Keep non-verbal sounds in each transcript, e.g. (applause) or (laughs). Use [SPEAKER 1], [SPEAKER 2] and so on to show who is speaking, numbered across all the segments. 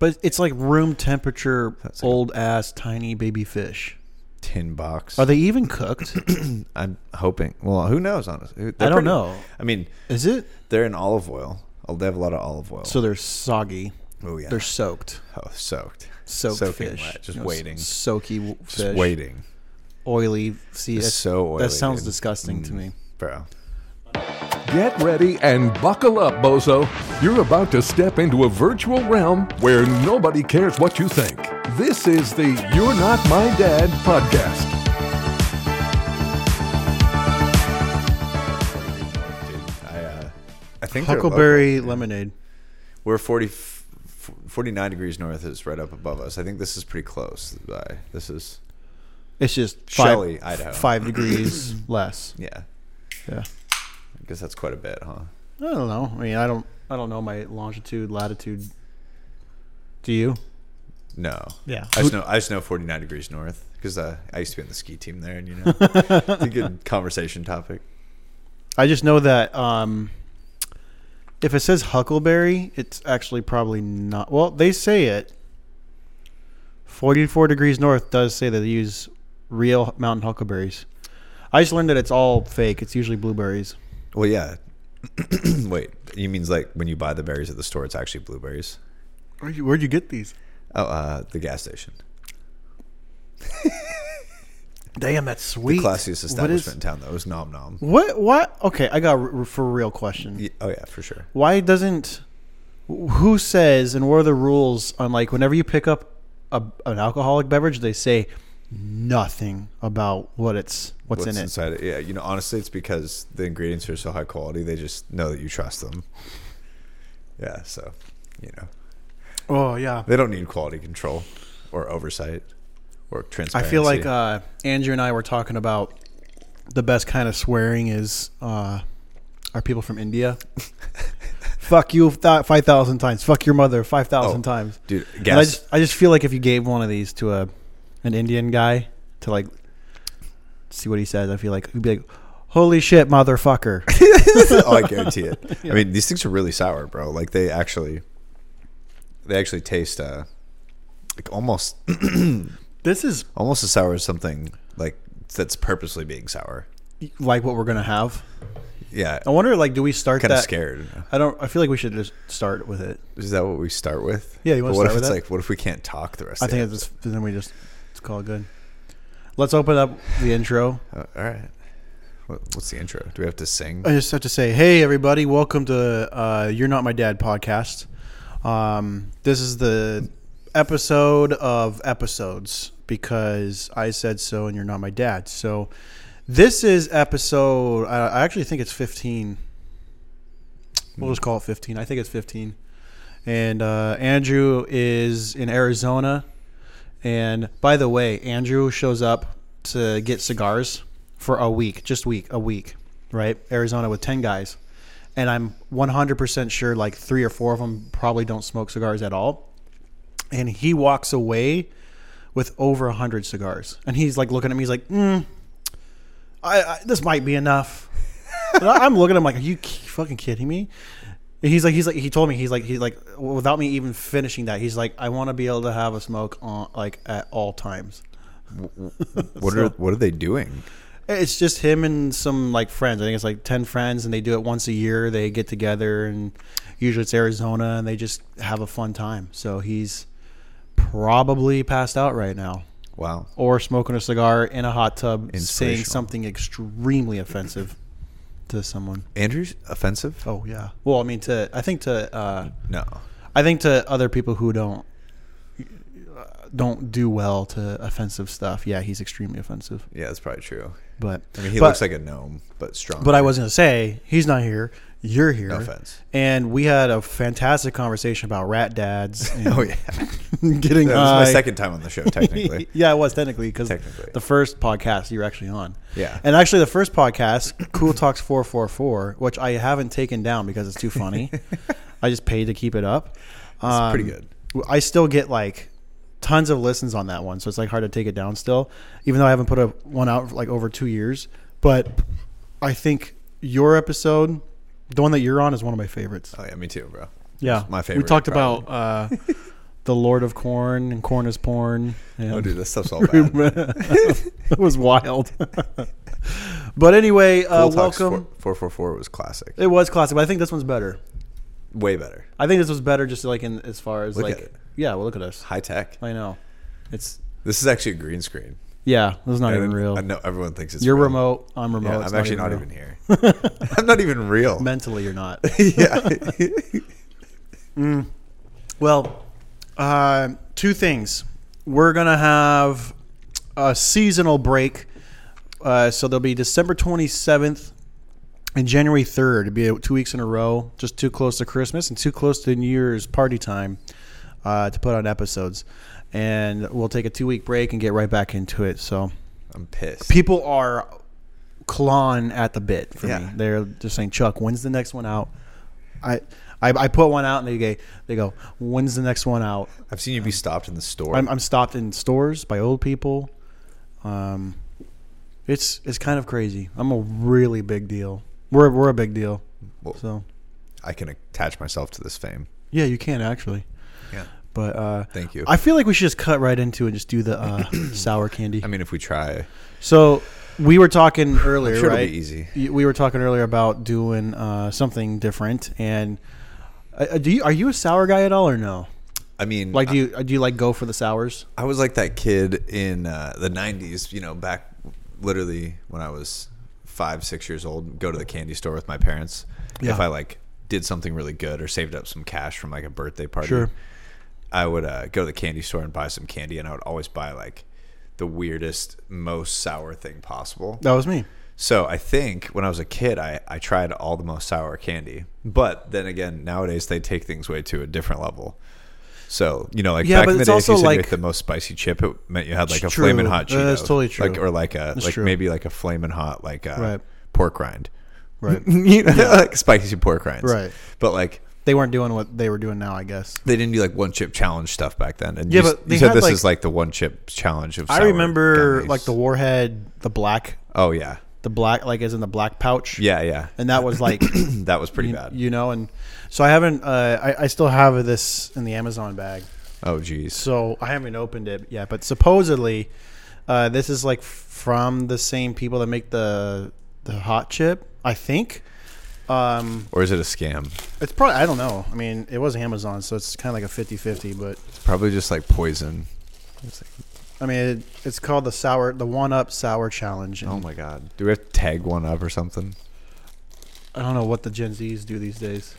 [SPEAKER 1] But it's like room temperature,
[SPEAKER 2] That's like a-
[SPEAKER 1] old ass, tiny baby fish.
[SPEAKER 2] Tin box.
[SPEAKER 1] Are they even
[SPEAKER 2] (coughs)
[SPEAKER 1] cooked?
[SPEAKER 2] I'm hoping. Well, who knows? Honestly,
[SPEAKER 1] I don't know.
[SPEAKER 2] I mean,
[SPEAKER 1] Is it?
[SPEAKER 2] they're in olive oil. Oh, They have a lot of olive oil.
[SPEAKER 1] So they're soggy.
[SPEAKER 2] oh yeah,
[SPEAKER 1] They're soaked.
[SPEAKER 2] oh, soaked,
[SPEAKER 1] Soaked
[SPEAKER 2] Soaking
[SPEAKER 1] fish.
[SPEAKER 2] wet, just
[SPEAKER 1] You know, s-
[SPEAKER 2] waiting.
[SPEAKER 1] Soaky w- fish.
[SPEAKER 2] just waiting,
[SPEAKER 1] Oily. See,
[SPEAKER 2] It's
[SPEAKER 1] that's,
[SPEAKER 2] so oily, mm,
[SPEAKER 1] that sounds
[SPEAKER 2] dude.
[SPEAKER 1] disgusting to me.
[SPEAKER 2] bro.
[SPEAKER 3] Get ready and buckle up, bozo. You're about to step into a virtual realm where nobody cares what you think. This is the You're Not My Dad podcast.
[SPEAKER 2] Dude, I, uh, I think they're
[SPEAKER 1] Huckleberry lemonade.
[SPEAKER 2] local. We're 40, f- 49 degrees north is right up above us. I think this is pretty close. Uh, This is
[SPEAKER 1] It's just five,
[SPEAKER 2] Shelley, Idaho.
[SPEAKER 1] five degrees
[SPEAKER 2] (coughs)
[SPEAKER 1] less.
[SPEAKER 2] yeah.
[SPEAKER 1] Yeah.
[SPEAKER 2] I guess that's quite a bit, huh?
[SPEAKER 1] I don't know. I mean, I don't. I don't know my longitude, latitude. Do you?
[SPEAKER 2] No.
[SPEAKER 1] Yeah.
[SPEAKER 2] I just know I just know 49 degrees north because uh, I used to be on the ski team there, and you
[SPEAKER 1] (laughs)
[SPEAKER 2] know, it's a good conversation topic.
[SPEAKER 1] I just know that um, if it says huckleberry, it's actually probably not. Well, they say it. Forty-four degrees north does say that they use real mountain huckleberries. I just learned that it's all fake. It's usually blueberries.
[SPEAKER 2] Well, yeah. (clears throat) Wait, you means like when you buy the berries at the store, it's actually blueberries?
[SPEAKER 1] Where'd you, where'd you get these?
[SPEAKER 2] Oh, uh, the gas station,
[SPEAKER 1] Damn, that's sweet.
[SPEAKER 2] classiest
[SPEAKER 1] What is- Mm.
[SPEAKER 2] establishment in town, though. It was Nom Nom.
[SPEAKER 1] What? What? Okay, I got a r- for real question.
[SPEAKER 2] Ye- Oh yeah, for sure.
[SPEAKER 1] why doesn't who says and what are the rules on like whenever you pick up a, an alcoholic beverage they say nothing about what it's what's, in it
[SPEAKER 2] inside it? Yeah, you know, honestly, it's because the ingredients are so high quality. They just know that you trust them. Yeah, so you know,
[SPEAKER 1] oh yeah
[SPEAKER 2] they don't need quality control or oversight or
[SPEAKER 1] i
[SPEAKER 2] transparency.
[SPEAKER 1] feel like uh, andrew and i were talking about the best kind of swearing is uh, are people from (laughs) india fuck you th- 5000 times fuck your mother 5000
[SPEAKER 2] Oh,
[SPEAKER 1] times
[SPEAKER 2] dude,
[SPEAKER 1] And I
[SPEAKER 2] gas.
[SPEAKER 1] just I just feel like if you gave one of these to a an Indian guy to like see what he says, I feel like he'd be like, "Holy shit, motherfucker!" (laughs)
[SPEAKER 2] (laughs) oh, I guarantee it. I mean, these things are really sour, bro. Like they actually, they actually taste uh, like almost (clears throat)
[SPEAKER 1] this is
[SPEAKER 2] almost as sour as something like that's purposely being sour.
[SPEAKER 1] like what we're gonna have.
[SPEAKER 2] Yeah,
[SPEAKER 1] I wonder, like, do we start
[SPEAKER 2] kind of
[SPEAKER 1] Oh, that?
[SPEAKER 2] scared.
[SPEAKER 1] I don't. I feel like we should just start with it.
[SPEAKER 2] Is that what we start with?
[SPEAKER 1] Yeah, you wanna
[SPEAKER 2] But what
[SPEAKER 1] start
[SPEAKER 2] if
[SPEAKER 1] with
[SPEAKER 2] it's
[SPEAKER 1] that?
[SPEAKER 2] like what if we can't talk the rest?
[SPEAKER 1] I
[SPEAKER 2] of
[SPEAKER 1] think
[SPEAKER 2] the
[SPEAKER 1] it's just, then we just let's call it good. Let's open up the intro.
[SPEAKER 2] Uh, all right. What, what's the intro? Do we have
[SPEAKER 1] (laughs)
[SPEAKER 2] to sing?
[SPEAKER 1] I just have to say, hey everybody, welcome to uh, "You're Not My Dad" podcast. Um, this is the episode of episodes because I said so, and you're not my dad. So this is episode. I, I actually think it's 15. We'll just call it 15. I think it's 15. And uh, Andrew is in Arizona. And by the way, Andrew shows up to get cigars for a week, just week, a week, right? Arizona with 10 guys. And I'm 100% sure like three or four of them probably don't smoke cigars at all. And he walks away with over 100 cigars. And he's like looking at me, he's like, mm, I, I, this might be enough. And I- I'm looking at him like, are you ki- fucking kidding me? And He's like, he's like, he told me, he's like, he's like, without me even finishing that, he's like, I want to be able to have a smoke on, like at all times.
[SPEAKER 2] What are what are they doing?
[SPEAKER 1] It's just him and some like friends. I think it's like ten friends, and they do it once a year. They get together, and usually it's Arizona, and they just have a fun time. So he's probably passed out right now,
[SPEAKER 2] Wow.
[SPEAKER 1] or smoking a cigar in a hot tub, saying
[SPEAKER 2] Inspirational.
[SPEAKER 1] something extremely offensive to someone.
[SPEAKER 2] Andrew's offensive?
[SPEAKER 1] Oh yeah. Well, I mean, to I think to uh,
[SPEAKER 2] No.
[SPEAKER 1] I think to other people who don't don't do well to offensive stuff. Yeah, he's extremely offensive,
[SPEAKER 2] Yeah, that's probably true.
[SPEAKER 1] but
[SPEAKER 2] I mean, he
[SPEAKER 1] but-
[SPEAKER 2] looks like a gnome, but strong.
[SPEAKER 1] But I was going to say, he's not here. You're here.
[SPEAKER 2] No offense.
[SPEAKER 1] And we had a fantastic conversation about rat
[SPEAKER 2] (laughs)
[SPEAKER 1] dads. And
[SPEAKER 2] (laughs) Oh yeah,
[SPEAKER 1] (laughs) getting
[SPEAKER 2] that was my
[SPEAKER 1] high.
[SPEAKER 2] second time on the
[SPEAKER 1] (laughs)
[SPEAKER 2] show. Technically,
[SPEAKER 1] yeah, it was technically because
[SPEAKER 2] Technically.
[SPEAKER 1] the first podcast you were actually on.
[SPEAKER 2] Yeah.
[SPEAKER 1] And actually, the first podcast, Cool Talks 444, which I haven't taken down because it's too
[SPEAKER 2] (laughs)
[SPEAKER 1] funny. I just paid to keep it up. Um,
[SPEAKER 2] pretty good.
[SPEAKER 1] I still get like tons of listens on that one, so it's like hard to take it down still, even though I haven't put a one out for like over two years. But I think your episode, the one that you're on, is one of my favorites.
[SPEAKER 2] oh yeah, me too, bro.
[SPEAKER 1] Yeah,
[SPEAKER 2] Uh, my
[SPEAKER 1] We
[SPEAKER 2] favorite,
[SPEAKER 1] talked
[SPEAKER 2] (laughs) probably.
[SPEAKER 1] about uh, the Lord of Corn and Corn is Porn.
[SPEAKER 2] Oh,
[SPEAKER 1] And
[SPEAKER 2] dude,
[SPEAKER 1] (laughs)
[SPEAKER 2] this stuff's all bad.
[SPEAKER 1] it was wild. (laughs) but anyway, uh,
[SPEAKER 2] Cool Talks
[SPEAKER 1] welcome.
[SPEAKER 2] Four four four was classic.
[SPEAKER 1] It was classic, but I think this one's better.
[SPEAKER 2] Way better.
[SPEAKER 1] I think this was better, just like in as far as
[SPEAKER 2] Look
[SPEAKER 1] like
[SPEAKER 2] at it.
[SPEAKER 1] yeah. Well, look at us.
[SPEAKER 2] High tech.
[SPEAKER 1] I know. It's
[SPEAKER 2] This is actually a green screen.
[SPEAKER 1] yeah. This is not even
[SPEAKER 2] And
[SPEAKER 1] real.
[SPEAKER 2] I know everyone thinks it's
[SPEAKER 1] You're
[SPEAKER 2] real.
[SPEAKER 1] remote. I'm remote.
[SPEAKER 2] Yeah,
[SPEAKER 1] it's
[SPEAKER 2] I'm actually not
[SPEAKER 1] real.
[SPEAKER 2] even here.
[SPEAKER 1] (laughs)
[SPEAKER 2] I'm not even real.
[SPEAKER 1] mentally. You're not.
[SPEAKER 2] (laughs) yeah.
[SPEAKER 1] Well, uh, two things. We're gonna have a seasonal break, uh, so there'll be December twenty seventh and January third. It'll be uh, two weeks in a row, just too close to Christmas and too close to New Year's party time uh, to put on episodes. And we'll take a two week break and get right back into it. So
[SPEAKER 2] (laughs) I'm pissed.
[SPEAKER 1] people are clawing at the bit for me.
[SPEAKER 2] Yeah.
[SPEAKER 1] They're just saying, Chuck, when's the next one out? I, I, I put one out and they go, they go, when's the next one out?
[SPEAKER 2] I've seen you be stopped in the store.
[SPEAKER 1] I'm, I'm stopped in stores by old people. Um, it's it's kind of crazy. I'm a really big deal. We're we're a big deal.
[SPEAKER 2] Well-
[SPEAKER 1] So
[SPEAKER 2] I can attach myself to this fame.
[SPEAKER 1] yeah, you can actually.
[SPEAKER 2] Yeah.
[SPEAKER 1] But uh,
[SPEAKER 2] Thank you.
[SPEAKER 1] I feel like we should just cut right into it and just do the uh, (coughs) sour candy.
[SPEAKER 2] I mean, if we try,
[SPEAKER 1] So we were
[SPEAKER 2] (sighs)
[SPEAKER 1] talking earlier,
[SPEAKER 2] sure it'll
[SPEAKER 1] right?
[SPEAKER 2] be easy.
[SPEAKER 1] Y- We were talking earlier about doing uh, something different, and uh, uh, do you are you a sour guy at all or no?
[SPEAKER 2] I mean,
[SPEAKER 1] Like, do you uh, do you like go for the sours?
[SPEAKER 2] I was like that kid in uh, the '90s. You know, back literally when I was five, six years old, go to the candy store with my parents.
[SPEAKER 1] Yeah.
[SPEAKER 2] If I like did something really good or saved up some cash from like a birthday party,
[SPEAKER 1] Sure.
[SPEAKER 2] I would uh, go to the candy store and buy some candy, and I would always buy like the weirdest, most sour thing possible.
[SPEAKER 1] That was me.
[SPEAKER 2] So I think when I was a kid, I, I tried all the most sour candy. But then again, nowadays they take things way to a different level. So you know, like
[SPEAKER 1] Yeah,
[SPEAKER 2] back
[SPEAKER 1] but
[SPEAKER 2] in the
[SPEAKER 1] it's
[SPEAKER 2] day, if
[SPEAKER 1] also
[SPEAKER 2] you said you
[SPEAKER 1] like-
[SPEAKER 2] ate the most spicy chip, it meant you had like a
[SPEAKER 1] True.
[SPEAKER 2] flaming hot
[SPEAKER 1] Uh,
[SPEAKER 2] Cheeto.
[SPEAKER 1] that's totally true.
[SPEAKER 2] Like or like a like
[SPEAKER 1] true.
[SPEAKER 2] maybe like a flaming hot like uh
[SPEAKER 1] Right.
[SPEAKER 2] pork rind,
[SPEAKER 1] (laughs) Right.
[SPEAKER 2] (laughs) you know, like spicy pork rinds,
[SPEAKER 1] Right.
[SPEAKER 2] But like
[SPEAKER 1] They weren't doing what they were doing now, I guess.
[SPEAKER 2] they didn't do like one chip challenge stuff back then. And
[SPEAKER 1] Yeah,
[SPEAKER 2] you, s-
[SPEAKER 1] but
[SPEAKER 2] you
[SPEAKER 1] they
[SPEAKER 2] said
[SPEAKER 1] had,
[SPEAKER 2] this
[SPEAKER 1] like-
[SPEAKER 2] is like the one chip challenge of.
[SPEAKER 1] I
[SPEAKER 2] sour
[SPEAKER 1] remember
[SPEAKER 2] gummies.
[SPEAKER 1] like the warhead, the black,
[SPEAKER 2] oh yeah
[SPEAKER 1] the black, like as in the black pouch.
[SPEAKER 2] yeah yeah
[SPEAKER 1] and that was
[SPEAKER 2] (coughs)
[SPEAKER 1] like
[SPEAKER 2] (clears throat) that was pretty
[SPEAKER 1] you,
[SPEAKER 2] bad.
[SPEAKER 1] you know. And so I haven't. Uh, I I still have this in the Amazon bag.
[SPEAKER 2] oh geez.
[SPEAKER 1] So I haven't opened it yet, but supposedly uh, this is like from the same people that make the the hot chip. I think um,
[SPEAKER 2] Or is it a scam?
[SPEAKER 1] it's probably I don't know. I mean, it was Amazon, so it's kind of like a 50-50, But
[SPEAKER 2] Probably just like poison.
[SPEAKER 1] I mean, it, it's called the sour, the one up sour challenge. And
[SPEAKER 2] Oh my god. Do we have to tag one up or something?
[SPEAKER 1] I don't know what the Gen Zs do these days.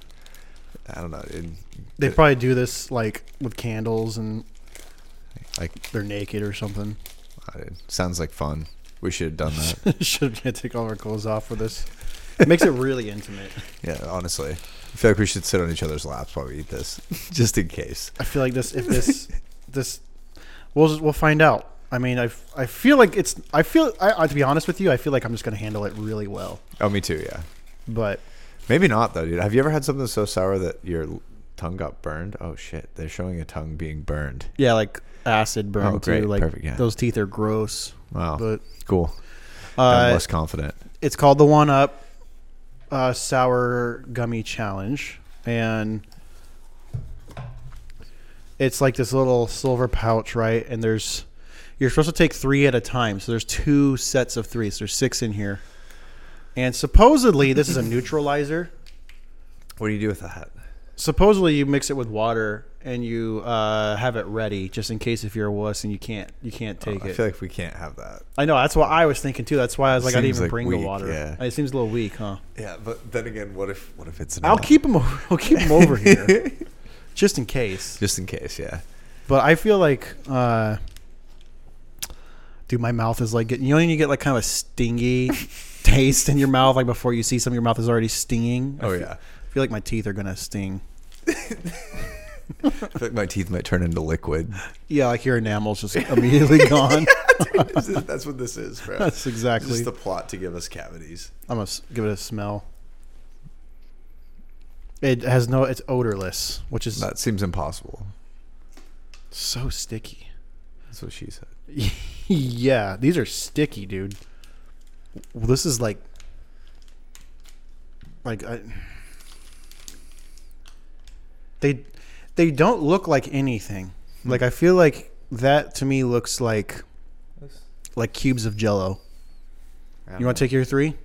[SPEAKER 2] I don't know. It,
[SPEAKER 1] They probably do this like with candles and
[SPEAKER 2] like
[SPEAKER 1] they're naked or something. (laughs)
[SPEAKER 2] it sounds like fun. We should have done that.
[SPEAKER 1] Should we take all our clothes off for this? It makes it really intimate.
[SPEAKER 2] (laughs) yeah, honestly. I feel like we should sit on each other's laps while we eat this, (laughs) just in case.
[SPEAKER 1] I feel like this. If (laughs) this, this, we'll just, we'll find out. I mean, I, f- I feel like it's. I feel. I, I to be honest with you, I feel like I'm just gonna handle it really well.
[SPEAKER 2] Oh, me too. Yeah,
[SPEAKER 1] But
[SPEAKER 2] maybe not though, dude. Have you ever had something so sour that your l- tongue got burned? Oh shit! They're showing a tongue being burned.
[SPEAKER 1] yeah, like acid burn
[SPEAKER 2] Oh, great.
[SPEAKER 1] too. Like
[SPEAKER 2] Perfect, yeah.
[SPEAKER 1] those teeth are gross.
[SPEAKER 2] Wow,
[SPEAKER 1] But
[SPEAKER 2] cool. I'm
[SPEAKER 1] uh,
[SPEAKER 2] less confident.
[SPEAKER 1] it's called the One Up uh, Sour Gummy Challenge, and it's like this little silver pouch, right? And there's you're supposed to take three at a time, so there's two sets of three, so there's six in here. And supposedly, this is a neutralizer.
[SPEAKER 2] What do you do with that?
[SPEAKER 1] Supposedly, you mix it with water and you uh, have it ready just in case if you're a wuss and you can't you can't take
[SPEAKER 2] Oh, I
[SPEAKER 1] it.
[SPEAKER 2] feel like we can't have that.
[SPEAKER 1] I know that's what I was thinking too. That's why I was like, I didn't
[SPEAKER 2] Seems
[SPEAKER 1] even
[SPEAKER 2] like
[SPEAKER 1] bring the
[SPEAKER 2] weak,
[SPEAKER 1] water.
[SPEAKER 2] yeah.
[SPEAKER 1] It seems a little weak, huh?
[SPEAKER 2] Yeah, but then again, what if what if it's?
[SPEAKER 1] I'll keep him. Over, (laughs) I'll keep him over here, (laughs) just in case.
[SPEAKER 2] just in case. Yeah.
[SPEAKER 1] But I feel like, uh, dude, my mouth is like getting. You know, when you get like kind of a (laughs) stingy taste in your mouth, like before you see some, your mouth is already stinging. I
[SPEAKER 2] Oh
[SPEAKER 1] fe-
[SPEAKER 2] yeah.
[SPEAKER 1] I feel like my teeth are gonna sting.
[SPEAKER 2] I feel like my teeth might turn into liquid. (laughs)
[SPEAKER 1] Yeah, like your enamel's just immediately (laughs) gone.
[SPEAKER 2] That's what this is, bro.
[SPEAKER 1] That's exactly.
[SPEAKER 2] Just the plot to give us cavities.
[SPEAKER 1] I'm gonna s- give it a smell. It has no. It's odorless, which is
[SPEAKER 2] That seems impossible.
[SPEAKER 1] so sticky.
[SPEAKER 2] That's what she said.
[SPEAKER 1] (laughs) yeah, these are sticky, dude. Well, this is like, like I, they, they don't look like anything. Like I feel like that to me looks like like cubes of Jello.
[SPEAKER 2] I
[SPEAKER 1] You want to take your three?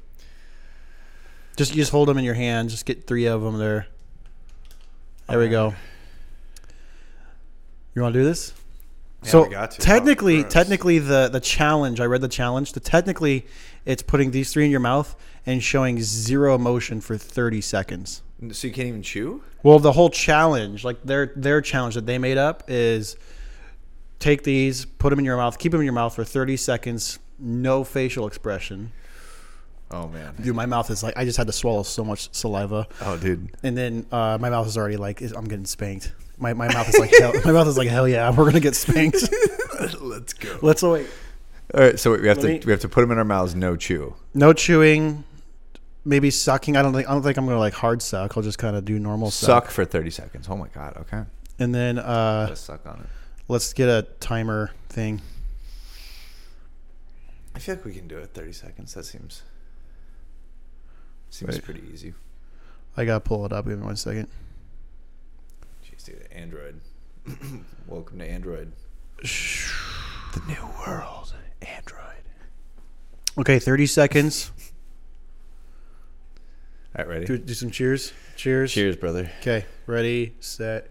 [SPEAKER 1] Just just hold them in your hand. Just get three of them there. There we go. You want to do this?
[SPEAKER 2] Yeah,
[SPEAKER 1] so
[SPEAKER 2] we got to. That
[SPEAKER 1] technically,
[SPEAKER 2] was gross.
[SPEAKER 1] technically the the challenge. I read the challenge. The technically, it's putting these three in your mouth and showing zero emotion for thirty seconds.
[SPEAKER 2] N- So you can't even chew?
[SPEAKER 1] Well, the whole challenge, like their their challenge that they made up, is take these, put them in your mouth, keep them in your mouth for thirty seconds, no facial expression.
[SPEAKER 2] Oh man.
[SPEAKER 1] Dude, my mouth is like I just had to swallow so much saliva,
[SPEAKER 2] (laughs) Oh dude.
[SPEAKER 1] and then uh, my mouth is already like is- I'm getting spanked. My, my mouth is like hell, (laughs) my mouth is like hell yeah, we're gonna get spanked.
[SPEAKER 2] (laughs)
[SPEAKER 1] (laughs)
[SPEAKER 2] Let's go.
[SPEAKER 1] Let's wait.
[SPEAKER 2] All right, so we have
[SPEAKER 1] Let
[SPEAKER 2] to
[SPEAKER 1] me-
[SPEAKER 2] we have to put them in our mouths, no chew.
[SPEAKER 1] No chewing, maybe sucking. I don't think I don't think I'm gonna like hard suck. I'll just kind of do normal suck.
[SPEAKER 2] Suck for 30 seconds. Oh my god. Okay.
[SPEAKER 1] and then uh,
[SPEAKER 2] Let's suck on it.
[SPEAKER 1] let's get a timer thing.
[SPEAKER 2] I feel like we can do it 30 seconds. That seems seems
[SPEAKER 1] Wait.
[SPEAKER 2] pretty easy.
[SPEAKER 1] I gotta pull it up. Give me one second.
[SPEAKER 2] Jeez, dude, Android. (clears throat) Welcome to Android. The new world, Android.
[SPEAKER 1] Okay, 30 seconds.
[SPEAKER 2] All right, ready?
[SPEAKER 1] Do, do some cheers. Cheers.
[SPEAKER 2] Cheers, brother.
[SPEAKER 1] Okay, ready, set.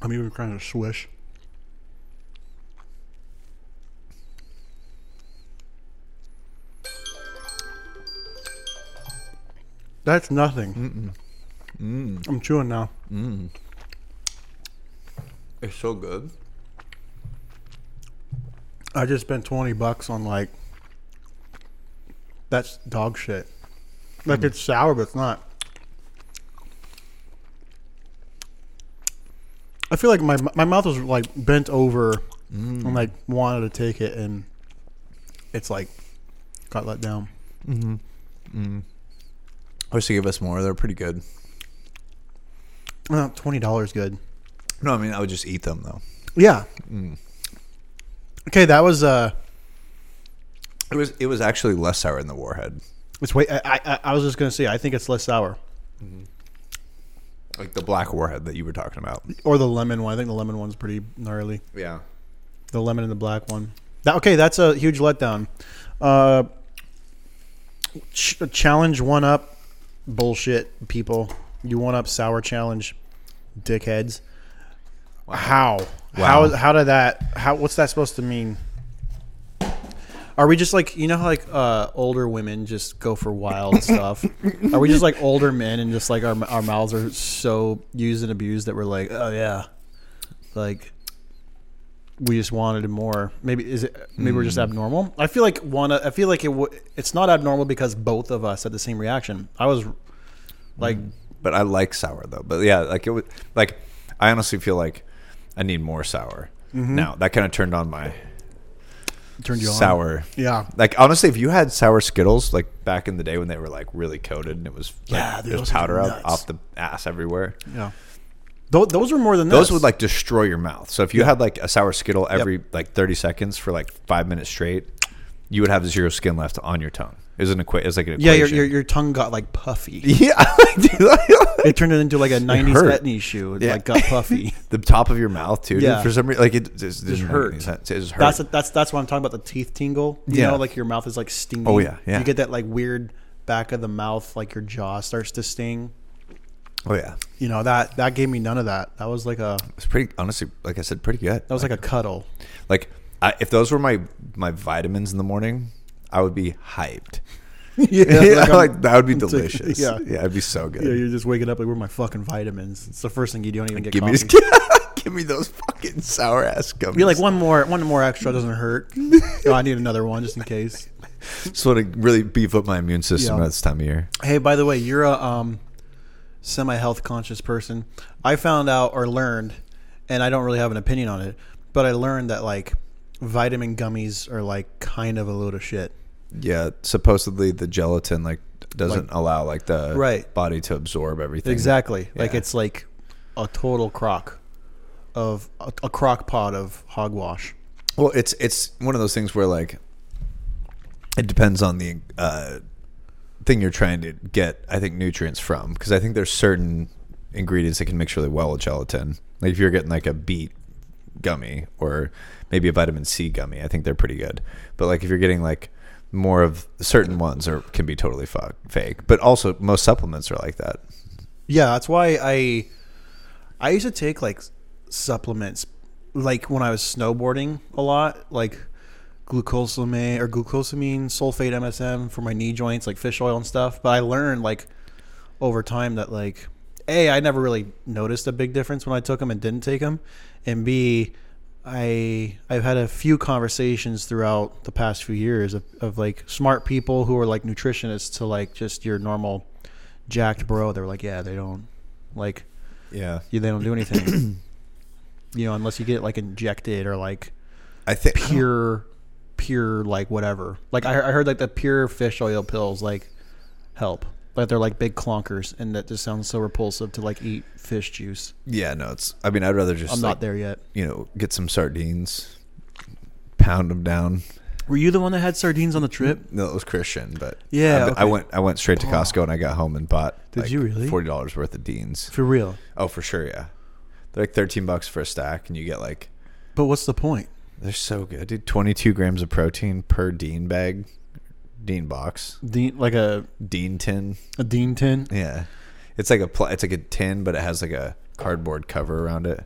[SPEAKER 1] I'm even trying to swish. That's nothing. I'm chewing now.
[SPEAKER 2] It's so good.
[SPEAKER 1] I just spent twenty bucks on like that's dog shit. Like it's sour, but it's not. I feel like my my mouth was like bent over and like wanted to take it, and it's like got let down.
[SPEAKER 2] I wish they give us more. They're pretty good.
[SPEAKER 1] Uh, Twenty dollars, good.
[SPEAKER 2] No, I mean I would just eat them though.
[SPEAKER 1] Yeah. Okay, that was uh.
[SPEAKER 2] It was it was actually less sour than the Warhead.
[SPEAKER 1] It's way. I, I I was just gonna say. I think it's less sour,
[SPEAKER 2] Like the black Warhead that you were talking about.
[SPEAKER 1] or the lemon one. I think the lemon one's pretty gnarly.
[SPEAKER 2] Yeah.
[SPEAKER 1] The lemon and the black one. That, okay, that's a huge letdown. Uh, ch- challenge one up, bullshit people. You one up sour challenge, dickheads. How? How?
[SPEAKER 2] Wow.
[SPEAKER 1] How did that? How? What's that supposed to mean? Are we just like you know how like uh, older women just go for
[SPEAKER 2] (coughs)
[SPEAKER 1] wild stuff? Are we just like older men and just like our our mouths are so used and abused that we're like, oh yeah, like we just wanted more. Maybe is it? Maybe we're
[SPEAKER 2] Hmm.
[SPEAKER 1] just abnormal. I feel like one. I feel like it. W- it's not abnormal because both of us had the same reaction. I was like,
[SPEAKER 2] But I like sour though. But yeah, like it was like I honestly feel like I need more sour.
[SPEAKER 1] Mm-hmm.
[SPEAKER 2] Now that kind of turned on my
[SPEAKER 1] turned you on.
[SPEAKER 2] sour.
[SPEAKER 1] Yeah.
[SPEAKER 2] Like honestly, if you had sour Skittles like back in the day when they were like really coated and it was like,
[SPEAKER 1] Yeah, dude,
[SPEAKER 2] there
[SPEAKER 1] those
[SPEAKER 2] was
[SPEAKER 1] are
[SPEAKER 2] powder out
[SPEAKER 1] nuts.
[SPEAKER 2] off the ass everywhere.
[SPEAKER 1] Yeah. Those, those were more than
[SPEAKER 2] Those
[SPEAKER 1] this.
[SPEAKER 2] would like destroy your mouth. So if you had like a sour Skittle every like thirty seconds for like five minutes straight, you would have zero skin left on your tongue. It was an equa- it was like an
[SPEAKER 1] Yeah, your,
[SPEAKER 2] equation.
[SPEAKER 1] your, your tongue got like puffy.
[SPEAKER 2] (laughs) yeah. (laughs)
[SPEAKER 1] It turned it into like a '90s
[SPEAKER 2] hurt.
[SPEAKER 1] Etnies shoe. It
[SPEAKER 2] Yeah.
[SPEAKER 1] like got
[SPEAKER 2] (laughs)
[SPEAKER 1] puffy.
[SPEAKER 2] the top of your mouth too. dude,
[SPEAKER 1] Yeah.
[SPEAKER 2] for some reason, like it just, didn't make
[SPEAKER 1] hurt.
[SPEAKER 2] any sense. It just hurt.
[SPEAKER 1] that's that's that's what I'm talking about. The teeth tingle. You
[SPEAKER 2] Yeah.
[SPEAKER 1] know, like your mouth is like stinging.
[SPEAKER 2] Oh, yeah, yeah.
[SPEAKER 1] You get that like weird back of the mouth, like your jaw starts to sting.
[SPEAKER 2] oh yeah,
[SPEAKER 1] You know that that gave me none of that. That was like a
[SPEAKER 2] it's pretty honestly. Like I said, pretty good.
[SPEAKER 1] that was like a cuddle. (laughs)
[SPEAKER 2] Like I, if those were my my vitamins in the morning, I would be hyped.
[SPEAKER 1] yeah,
[SPEAKER 2] (laughs) Yeah,
[SPEAKER 1] I'm-
[SPEAKER 2] (laughs) like, that would be
[SPEAKER 1] it's like- (laughs)
[SPEAKER 2] delicious.
[SPEAKER 1] yeah.
[SPEAKER 2] yeah, yeah, it'd be so good.
[SPEAKER 1] Yeah, you're just waking up like where are my fucking vitamins. It's the first thing you do. You don't even get
[SPEAKER 2] give
[SPEAKER 1] coffee.
[SPEAKER 2] (laughs) me give me those fucking sour ass gummies.
[SPEAKER 1] You're like one more, one more extra doesn't
[SPEAKER 2] (laughs)
[SPEAKER 1] hurt. oh, I need another one just in case.
[SPEAKER 2] sort of really beef up my immune system
[SPEAKER 1] Yeah.
[SPEAKER 2] at this time of year.
[SPEAKER 1] Hey, by the way, you're a um, semi health conscious person. I found out or learned, and I don't really have an opinion on it, but I learned that like vitamin gummies are like kind of a load of shit.
[SPEAKER 2] Yeah, supposedly the gelatin like doesn't allow like the
[SPEAKER 1] Right.
[SPEAKER 2] body to absorb everything.
[SPEAKER 1] Exactly. Like
[SPEAKER 2] Yeah.
[SPEAKER 1] it's like a total crock of a, a crock pot of hogwash.
[SPEAKER 2] Well, it's it's one of those things where like it depends on the uh, thing you're trying to get. I think nutrients from because I think there's certain ingredients that can mix really well with gelatin. Like if you're getting like a beet gummy or maybe a vitamin C gummy, I think they're pretty good. But like if you're getting like more of certain ones are can be totally fu- fake. But also most supplements are like that.
[SPEAKER 1] Yeah, that's why I I used to take like supplements like when I was snowboarding a lot, like glucosamine or glucosamine sulfate MSM for my knee joints, like fish oil and stuff. But I learned like over time that like A, I never really noticed a big difference when I took them and didn't take them, and B, I I've had a few conversations throughout the past few years of, of like smart people who are like nutritionists to like just your normal jacked bro. They're like, yeah, they don't like
[SPEAKER 2] Yeah,
[SPEAKER 1] you, they don't do anything. you know, unless you get like injected or like
[SPEAKER 2] I think
[SPEAKER 1] pure, pure like whatever. Like I, I heard like the pure fish oil pills like help, but they're like big clonkers, and that just sounds so repulsive to like eat fish juice.
[SPEAKER 2] Yeah, no, it's. I mean, I'd rather just
[SPEAKER 1] I'm
[SPEAKER 2] like,
[SPEAKER 1] not there yet.
[SPEAKER 2] You know, get some sardines, pound them down.
[SPEAKER 1] Were you the one that had sardines on the trip?
[SPEAKER 2] No, it was Christian, but
[SPEAKER 1] Yeah,
[SPEAKER 2] I, I
[SPEAKER 1] okay.
[SPEAKER 2] went. I went straight to Costco and I got home and bought.
[SPEAKER 1] Did
[SPEAKER 2] like,
[SPEAKER 1] you really?
[SPEAKER 2] forty dollars worth of deans?
[SPEAKER 1] For real.
[SPEAKER 2] Oh, for sure, yeah. They're like thirteen bucks for a stack, and you get like
[SPEAKER 1] But what's the point?
[SPEAKER 2] they're so good, dude. Twenty two grams of protein per dean bag, dean box,
[SPEAKER 1] Dean, like a,
[SPEAKER 2] dean tin.
[SPEAKER 1] a dean tin.
[SPEAKER 2] Yeah, it's like a pl- it's like a tin, but it has like a cardboard cover around it.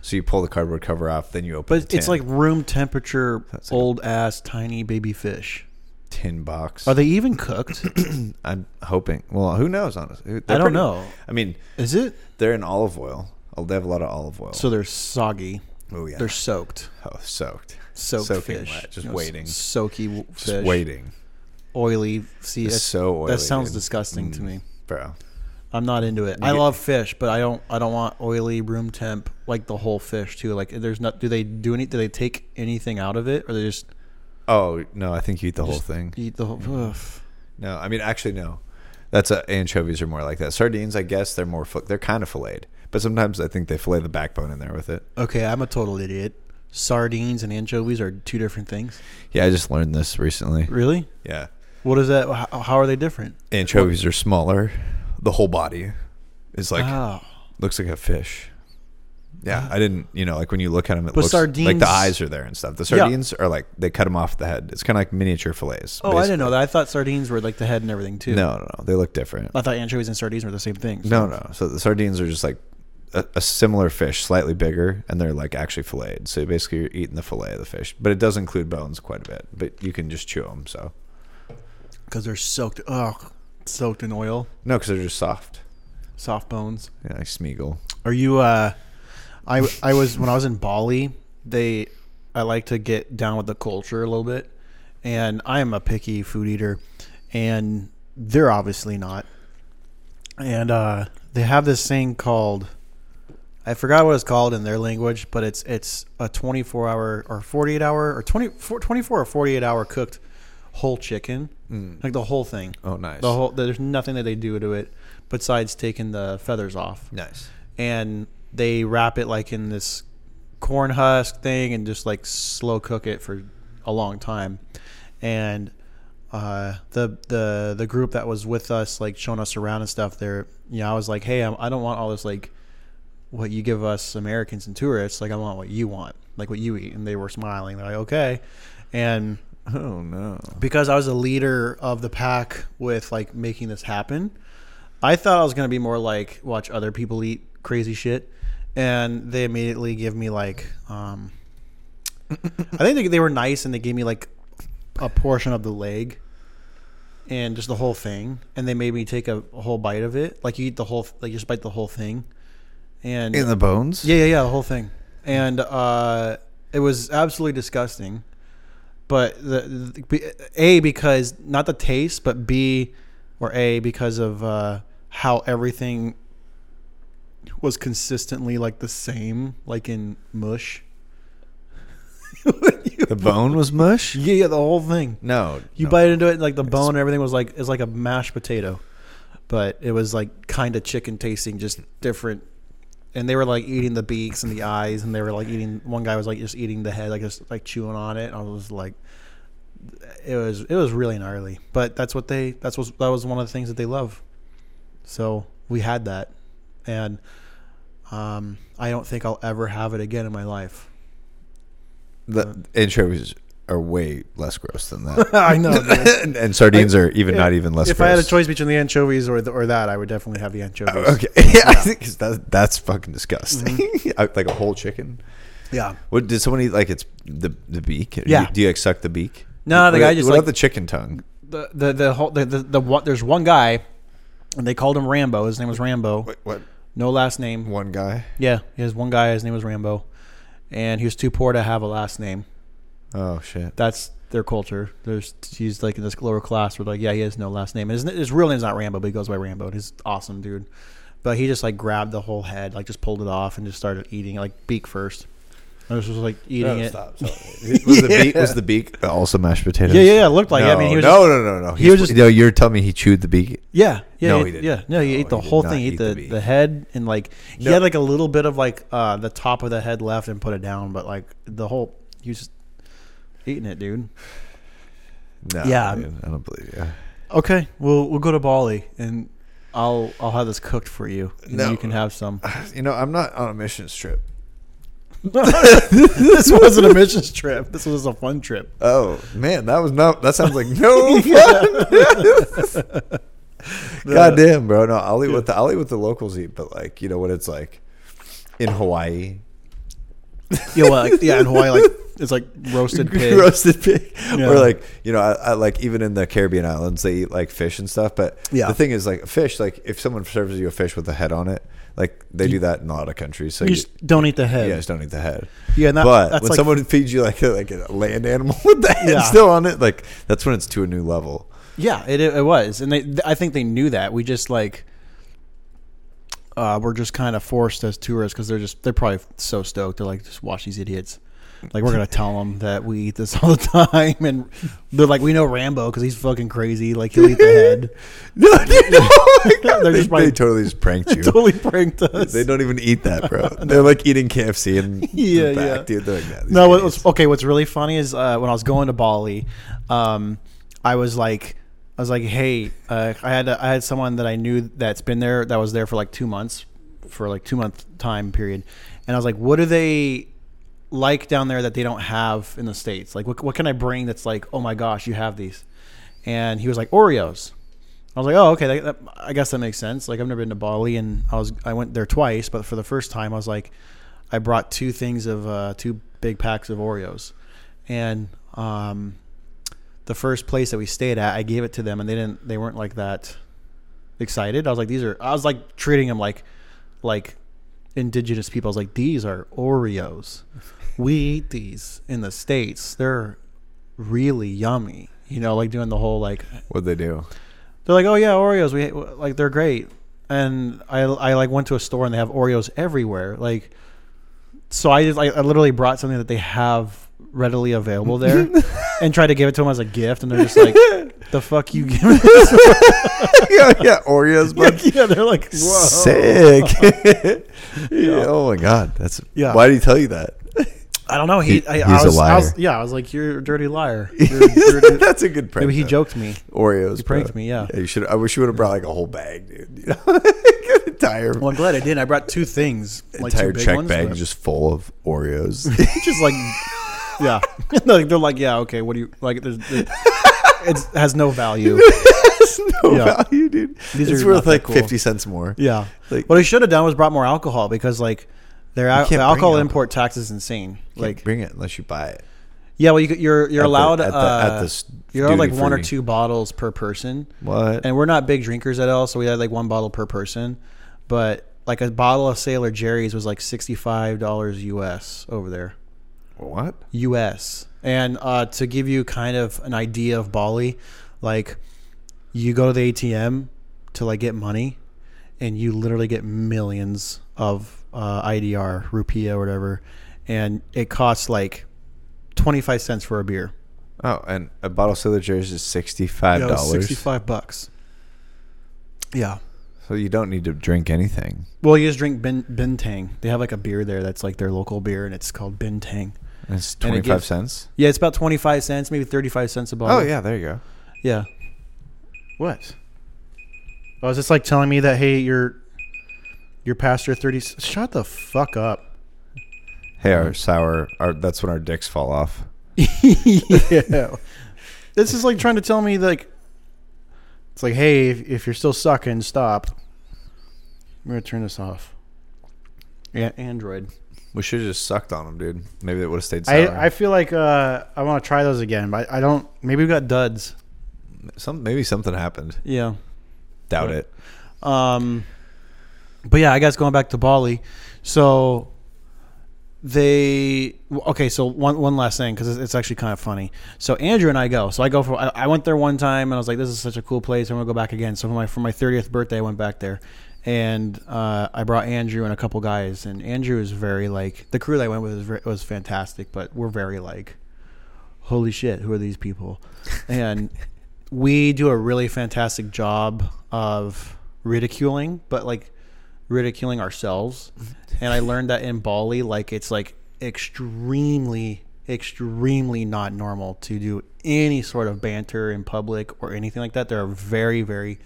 [SPEAKER 2] So you pull the cardboard cover off, then you open.
[SPEAKER 1] But
[SPEAKER 2] the
[SPEAKER 1] it's
[SPEAKER 2] tin.
[SPEAKER 1] like room temperature,
[SPEAKER 2] That's like a-
[SPEAKER 1] old ass, tiny baby fish.
[SPEAKER 2] tin box.
[SPEAKER 1] Are they even
[SPEAKER 2] (coughs)
[SPEAKER 1] cooked?
[SPEAKER 2] I'm hoping. Well, who knows? Honestly, They're
[SPEAKER 1] I don't
[SPEAKER 2] pretty-
[SPEAKER 1] know.
[SPEAKER 2] I mean,
[SPEAKER 1] Is it?
[SPEAKER 2] they're in olive oil. Oh, They have a lot of olive oil.
[SPEAKER 1] So they're soggy.
[SPEAKER 2] oh yeah,
[SPEAKER 1] They're soaked.
[SPEAKER 2] oh, soaked,
[SPEAKER 1] Soaked
[SPEAKER 2] Soaking
[SPEAKER 1] fish.
[SPEAKER 2] wet, just
[SPEAKER 1] You know,
[SPEAKER 2] waiting.
[SPEAKER 1] s- Soaky w- fish.
[SPEAKER 2] just waiting,
[SPEAKER 1] Oily. See,
[SPEAKER 2] It's
[SPEAKER 1] that's,
[SPEAKER 2] so oily,
[SPEAKER 1] that sounds
[SPEAKER 2] dude.
[SPEAKER 1] disgusting to
[SPEAKER 2] Mm.
[SPEAKER 1] me.
[SPEAKER 2] bro.
[SPEAKER 1] I'm not into it. I
[SPEAKER 2] get-
[SPEAKER 1] love fish, but I don't. I don't want oily room temp like the whole fish too. Like there's not. Do they do any? Do they take anything out of it, or they just
[SPEAKER 2] Oh no, I think you eat the whole thing.
[SPEAKER 1] eat the whole? Ugh.
[SPEAKER 2] No, I mean actually no. That's uh anchovies are more like that. Sardines, I guess, they're more fil- they're kind of filleted, but sometimes I think they fillet the backbone in there with it.
[SPEAKER 1] Okay, I'm a total idiot. Sardines and anchovies are two different things.
[SPEAKER 2] Yeah, I just learned this recently.
[SPEAKER 1] Really?
[SPEAKER 2] Yeah,
[SPEAKER 1] What is that? How, how are they different?
[SPEAKER 2] anchovies are smaller. The whole body is like
[SPEAKER 1] Wow.
[SPEAKER 2] looks like a fish. Yeah, I didn't. You know, like when you look at them, it
[SPEAKER 1] But
[SPEAKER 2] looks like
[SPEAKER 1] sardines-
[SPEAKER 2] the eyes are there and stuff. The
[SPEAKER 1] Yeah.
[SPEAKER 2] sardines are like they cut them off the head. It's kind of like miniature fillets.
[SPEAKER 1] Oh, I didn't know
[SPEAKER 2] basically.
[SPEAKER 1] that. I thought sardines were like the head and everything too.
[SPEAKER 2] No, no, no. They look different.
[SPEAKER 1] I thought anchovies and sardines were the same thing.
[SPEAKER 2] No, no. So the sardines are just like a, a similar fish, slightly bigger, and they're like actually filleted. So basically, you're eating the fillet of the fish, but it does include bones quite a bit. But you can just chew them. So
[SPEAKER 1] because they're soaked. Oh, soaked in oil,
[SPEAKER 2] no, because they're just soft.
[SPEAKER 1] soft bones.
[SPEAKER 2] Yeah, like Smeagol.
[SPEAKER 1] Are you? uh I I was when I was in Bali. They, I like to get down with the culture a little bit, and I am a picky food eater, and they're obviously not. And uh they have this thing called. I forgot what it's called in their language, but it's it's a 24 hour or 48 hour or 20, 24 or 48 hour cooked whole chicken, like the whole thing.
[SPEAKER 2] Oh, nice.
[SPEAKER 1] The whole there's nothing that they do to it besides taking the feathers off,
[SPEAKER 2] nice.
[SPEAKER 1] and they wrap it like in this corn husk thing and just like slow cook it for a long time. And uh, the the the group that was with us like showing us around and stuff, there, you know, I was like, hey, I'm, I don't want all this like what you give us Americans and tourists. Like I want what you want, like what you eat. And they were smiling. They're like, okay, and
[SPEAKER 2] Oh no.
[SPEAKER 1] because I was a leader of the pack with like making this happen, I thought I was gonna be more like watch other people eat crazy shit, and they immediately give me like, um, I think they, they were nice and they gave me like a portion of the leg and just the whole thing, and they made me take a, a whole bite of it. Like you eat the whole, like you just bite the whole thing, and
[SPEAKER 2] In the bones.
[SPEAKER 1] yeah, yeah, yeah, the whole thing. And uh, it was absolutely disgusting. But the, the be- a because not the taste, but b or a because of uh, how everything was consistently like the same, like in mush. you.
[SPEAKER 2] The bone was mush?
[SPEAKER 1] Yeah, the whole thing.
[SPEAKER 2] No.
[SPEAKER 1] You
[SPEAKER 2] no.
[SPEAKER 1] bite into it, like the bone and everything was like it's like a mashed potato, but it was like kind of chicken tasting, just different. And they were like eating the beaks and the eyes, and they were like eating. One guy was like just eating the head, like just like chewing on it. And I was like, it was it was really gnarly. But that's what they that's what that was one of the things that they love. So we had that, and um, I don't think I'll ever have it again in my life. Uh-huh.
[SPEAKER 2] The anchovies are way less gross than that. (laughs)
[SPEAKER 1] I know. (laughs)
[SPEAKER 2] and, and sardines are even not even less.
[SPEAKER 1] if
[SPEAKER 2] gross. Oh,
[SPEAKER 1] I had a choice between the anchovies or the, or that, I would definitely have the anchovies.
[SPEAKER 2] okay, (laughs) yeah, I think 'cause that, that's fucking disgusting.
[SPEAKER 1] Mm-hmm.
[SPEAKER 2] (laughs) I- like a whole chicken.
[SPEAKER 1] Yeah.
[SPEAKER 2] What did someone eat? Like it's the the beak. Do you-
[SPEAKER 1] Yeah.
[SPEAKER 2] Do you like suck the beak?
[SPEAKER 1] No, the
[SPEAKER 2] What-
[SPEAKER 1] guy just,
[SPEAKER 2] What
[SPEAKER 1] like-
[SPEAKER 2] about the chicken tongue?
[SPEAKER 1] The the the whole the the, the one, there's one guy, and they called him Rambo. His name was Rambo.
[SPEAKER 2] What?
[SPEAKER 1] No last name.
[SPEAKER 2] One guy.
[SPEAKER 1] Yeah, he has one guy. His name was Rambo, and he was too poor to have a last name.
[SPEAKER 2] Oh shit.
[SPEAKER 1] (laughs) That's their culture. There's he's like in this lower class where like yeah he has no last name. And his, his real name's not Rambo, but he goes by Rambo. And he's awesome dude. But he just like grabbed the whole head, like just pulled it off, and just started eating like beak first. I was just like eating it.
[SPEAKER 2] was the beak? Was the beak also mashed potatoes?
[SPEAKER 1] Yeah, yeah, yeah. It looked like
[SPEAKER 2] no,
[SPEAKER 1] it. I mean he was
[SPEAKER 2] no,
[SPEAKER 1] just-
[SPEAKER 2] no, no, no,
[SPEAKER 1] he was
[SPEAKER 2] He's-
[SPEAKER 1] just-
[SPEAKER 2] no. You're telling me he chewed the beak?
[SPEAKER 1] Yeah, yeah,
[SPEAKER 2] No,
[SPEAKER 1] yeah,
[SPEAKER 2] he didn't.
[SPEAKER 1] yeah. No, he
[SPEAKER 2] No,
[SPEAKER 1] ate the
[SPEAKER 2] he did
[SPEAKER 1] whole
[SPEAKER 2] not
[SPEAKER 1] thing. He
[SPEAKER 2] eat
[SPEAKER 1] ate
[SPEAKER 2] the
[SPEAKER 1] the, the,
[SPEAKER 2] beef.
[SPEAKER 1] head and like he
[SPEAKER 2] No.
[SPEAKER 1] had like a little bit of like uh the top of the head left and put it down, but like the whole he was just eating it, dude.
[SPEAKER 2] No.
[SPEAKER 1] Yeah.
[SPEAKER 2] dude, I don't believe you. (sighs)
[SPEAKER 1] Okay, we'll we'll go to Bali and I'll I'll have this cooked for you. And
[SPEAKER 2] No.
[SPEAKER 1] you can have
[SPEAKER 2] (laughs)
[SPEAKER 1] some.
[SPEAKER 2] You know, I'm not on a missions trip.
[SPEAKER 1] this wasn't a missions trip. This was a fun trip.
[SPEAKER 2] Oh man, that was no. That sounds like
[SPEAKER 1] (laughs)
[SPEAKER 2] no fun. (laughs) God damn, bro. No, I'll eat what the I'll eat what the locals eat, but like you know what it's like in Hawaii.
[SPEAKER 1] Yeah, well, like, yeah, in Hawaii, like it's like
[SPEAKER 2] (laughs)
[SPEAKER 1] roasted pig.
[SPEAKER 2] roasted pig,
[SPEAKER 1] Yeah.
[SPEAKER 2] or like you know, I, I like even in the Caribbean islands they eat like fish and stuff. But
[SPEAKER 1] Yeah.
[SPEAKER 2] the thing is, like fish, like if someone serves you a fish with a head on it, like they do that in a lot of countries. So
[SPEAKER 1] You
[SPEAKER 2] you,
[SPEAKER 1] just don't eat the head.
[SPEAKER 2] yeah, just don't eat the head.
[SPEAKER 1] Yeah, and that-
[SPEAKER 2] but
[SPEAKER 1] that's
[SPEAKER 2] when
[SPEAKER 1] like-
[SPEAKER 2] someone feeds you like (laughs) a, like a land animal (laughs) with the head
[SPEAKER 1] Yeah.
[SPEAKER 2] still on it, like that's when it's to a new level.
[SPEAKER 1] Yeah, it it was, and they th- I think they knew that. We just like uh, we're just kind of forced as tourists because they're just they're probably so stoked. They're like, just watch these idiots. Like we're gonna tell them that we eat this (laughs) all the time, and they're like, we know Rambo because he's fucking crazy. Like he'll eat the head.
[SPEAKER 2] No,
[SPEAKER 1] (laughs)
[SPEAKER 2] dude, no.
[SPEAKER 1] They're
[SPEAKER 2] they,
[SPEAKER 1] just probably-
[SPEAKER 2] they totally just pranked you.
[SPEAKER 1] totally pranked us.
[SPEAKER 2] They don't even eat that,
[SPEAKER 1] (laughs)
[SPEAKER 2] bro. They're like eating KFC and
[SPEAKER 1] Yeah,
[SPEAKER 2] yeah, back,
[SPEAKER 1] yeah.
[SPEAKER 2] dude. They're like, "Nah, these
[SPEAKER 1] No, what
[SPEAKER 2] idiots."
[SPEAKER 1] was, okay. What's really funny is uh, when I was going to Bali, um, I was like, I was like, hey, uh, I had a, I had someone that I knew that's been there that was there for like two months, for like two month time period, and I was like, what do they like down there that they don't have in the states? Like, what what can I bring that's like, oh my gosh, you have these? And he was like Oreos. I was like, oh, okay. That, that, I guess that makes sense. Like, I've never been to Bali, and I was I went there twice, but for the first time, I was like, I brought two things of uh, two big packs of Oreos, and um, the first place that we stayed at, I gave it to them, and they didn't. They weren't like that excited. I was like, these are. I was like treating them like like indigenous people. I was like, these are Oreos. We eat these in the states. They're really yummy. You know, like doing the whole like
[SPEAKER 2] What'd they
[SPEAKER 1] (laughs)
[SPEAKER 2] do? (laughs)
[SPEAKER 1] they're like, oh yeah, Oreos. We like they're great. And I I like went to a store and they have Oreos everywhere. Like, so I just I, I literally brought something that they have readily available (laughs) there, and tried to give it to them as a gift, and they're just like, the fuck you give it? (laughs)
[SPEAKER 2] yeah, yeah, Oreos, (laughs) but
[SPEAKER 1] yeah, they're like, whoa.
[SPEAKER 2] sick.
[SPEAKER 1] (laughs)
[SPEAKER 2] (laughs) Yeah, Oh my god, that's
[SPEAKER 1] Yeah.
[SPEAKER 2] Why did he tell you that?
[SPEAKER 1] I don't know. He,
[SPEAKER 2] He-
[SPEAKER 1] I,
[SPEAKER 2] he's
[SPEAKER 1] I
[SPEAKER 2] a
[SPEAKER 1] was, I was-
[SPEAKER 2] liar.
[SPEAKER 1] yeah, I was like, you're a dirty
[SPEAKER 2] (laughs)
[SPEAKER 1] liar. You're, you're,
[SPEAKER 2] that's a good prank.
[SPEAKER 1] maybe he
[SPEAKER 2] though.
[SPEAKER 1] joked me.
[SPEAKER 2] Oreos. He
[SPEAKER 1] pranked me, yeah.
[SPEAKER 2] you should. I wish you would have brought like a whole bag, dude. (laughs) You
[SPEAKER 1] (laughs)
[SPEAKER 2] know, Like, an entire
[SPEAKER 1] Well, I'm glad I didn't. I brought two things, like
[SPEAKER 2] entire
[SPEAKER 1] two big
[SPEAKER 2] check
[SPEAKER 1] ones,
[SPEAKER 2] bag
[SPEAKER 1] but-
[SPEAKER 2] just full of
[SPEAKER 1] (laughs)
[SPEAKER 2] Oreos. (laughs)
[SPEAKER 1] just like yeah (laughs) like they're like yeah okay what do you like there's
[SPEAKER 2] (laughs)
[SPEAKER 1] it it's, has no value
[SPEAKER 2] That's no
[SPEAKER 1] Yeah.
[SPEAKER 2] value, dude.
[SPEAKER 1] These
[SPEAKER 2] it's
[SPEAKER 1] are not
[SPEAKER 2] worth
[SPEAKER 1] that
[SPEAKER 2] like
[SPEAKER 1] cool.
[SPEAKER 2] fifty cents more.
[SPEAKER 1] yeah
[SPEAKER 2] Like-
[SPEAKER 1] what i should have done was brought more alcohol because like their al-
[SPEAKER 2] can't bring
[SPEAKER 1] the alcohol
[SPEAKER 2] alcohol.
[SPEAKER 1] import tax is insane
[SPEAKER 2] Like
[SPEAKER 1] like
[SPEAKER 2] bring it unless you buy it.
[SPEAKER 1] yeah well you, could- you're you're
[SPEAKER 2] At the-
[SPEAKER 1] allowed
[SPEAKER 2] at the-
[SPEAKER 1] uh,
[SPEAKER 2] at the s-
[SPEAKER 1] you're allowed like
[SPEAKER 2] duty
[SPEAKER 1] one or
[SPEAKER 2] free.
[SPEAKER 1] two bottles per person
[SPEAKER 2] What?
[SPEAKER 1] and we're not big drinkers at all so we had like one bottle per person but like a bottle of sailor jerry's was like $65 us over there
[SPEAKER 2] what?
[SPEAKER 1] U.S. And uh, to give you kind of an idea of Bali, like you go to the ATM to like get money, and you literally get millions of uh, IDR, rupiah, or whatever, and it costs like twenty five cents for a beer.
[SPEAKER 2] Oh, and a bottle of soda jerseys is sixty-five
[SPEAKER 1] Yeah, it was
[SPEAKER 2] dollars.
[SPEAKER 1] Sixty-five bucks. Yeah.
[SPEAKER 2] So you don't need to drink anything.
[SPEAKER 1] Well, you just drink bin, Bintang. They have like a beer there that's like their local beer, and it's called Bintang.
[SPEAKER 2] And It's
[SPEAKER 1] And it
[SPEAKER 2] twenty-five
[SPEAKER 1] gives-
[SPEAKER 2] cents.
[SPEAKER 1] Yeah, it's about twenty-five cents, maybe thirty-five cents a bottle.
[SPEAKER 2] Oh yeah, there you go.
[SPEAKER 1] yeah. What? Oh, is this like telling me that hey, your your pastor thirty? Shut the fuck up.
[SPEAKER 2] Hey, our sour. Our that's when our dicks fall off.
[SPEAKER 1] (laughs) yeah. (laughs) This is like trying to tell me like it's like hey, if, if you're still sucking, stop. I'm gonna turn this off. Yeah, Android.
[SPEAKER 2] We should have just sucked on them, dude. Maybe it would have stayed sour.
[SPEAKER 1] I, I feel like uh, I want to try those again, but I don't. Maybe we got duds.
[SPEAKER 2] Some maybe something happened.
[SPEAKER 1] Yeah.
[SPEAKER 2] Doubt
[SPEAKER 1] Yeah.
[SPEAKER 2] it.
[SPEAKER 1] Um, but yeah, I guess going back to Bali, so they okay. So one one last thing because it's, it's actually kind of funny. So Andrew and I go. So I go for I, I went there one time and I was like, this is such a cool place. I'm gonna go back again. So for my for my thirtieth birthday, I went back there. And uh, I brought Andrew and a couple guys, and Andrew is very like the crew that I went with was, ver- was fantastic, but we're very like, holy shit, who are these people? And we do a really fantastic job of ridiculing, but like ridiculing ourselves. And I learned that in Bali, like it's like extremely, extremely not normal to do any sort of banter in public or anything like that. They're very, very,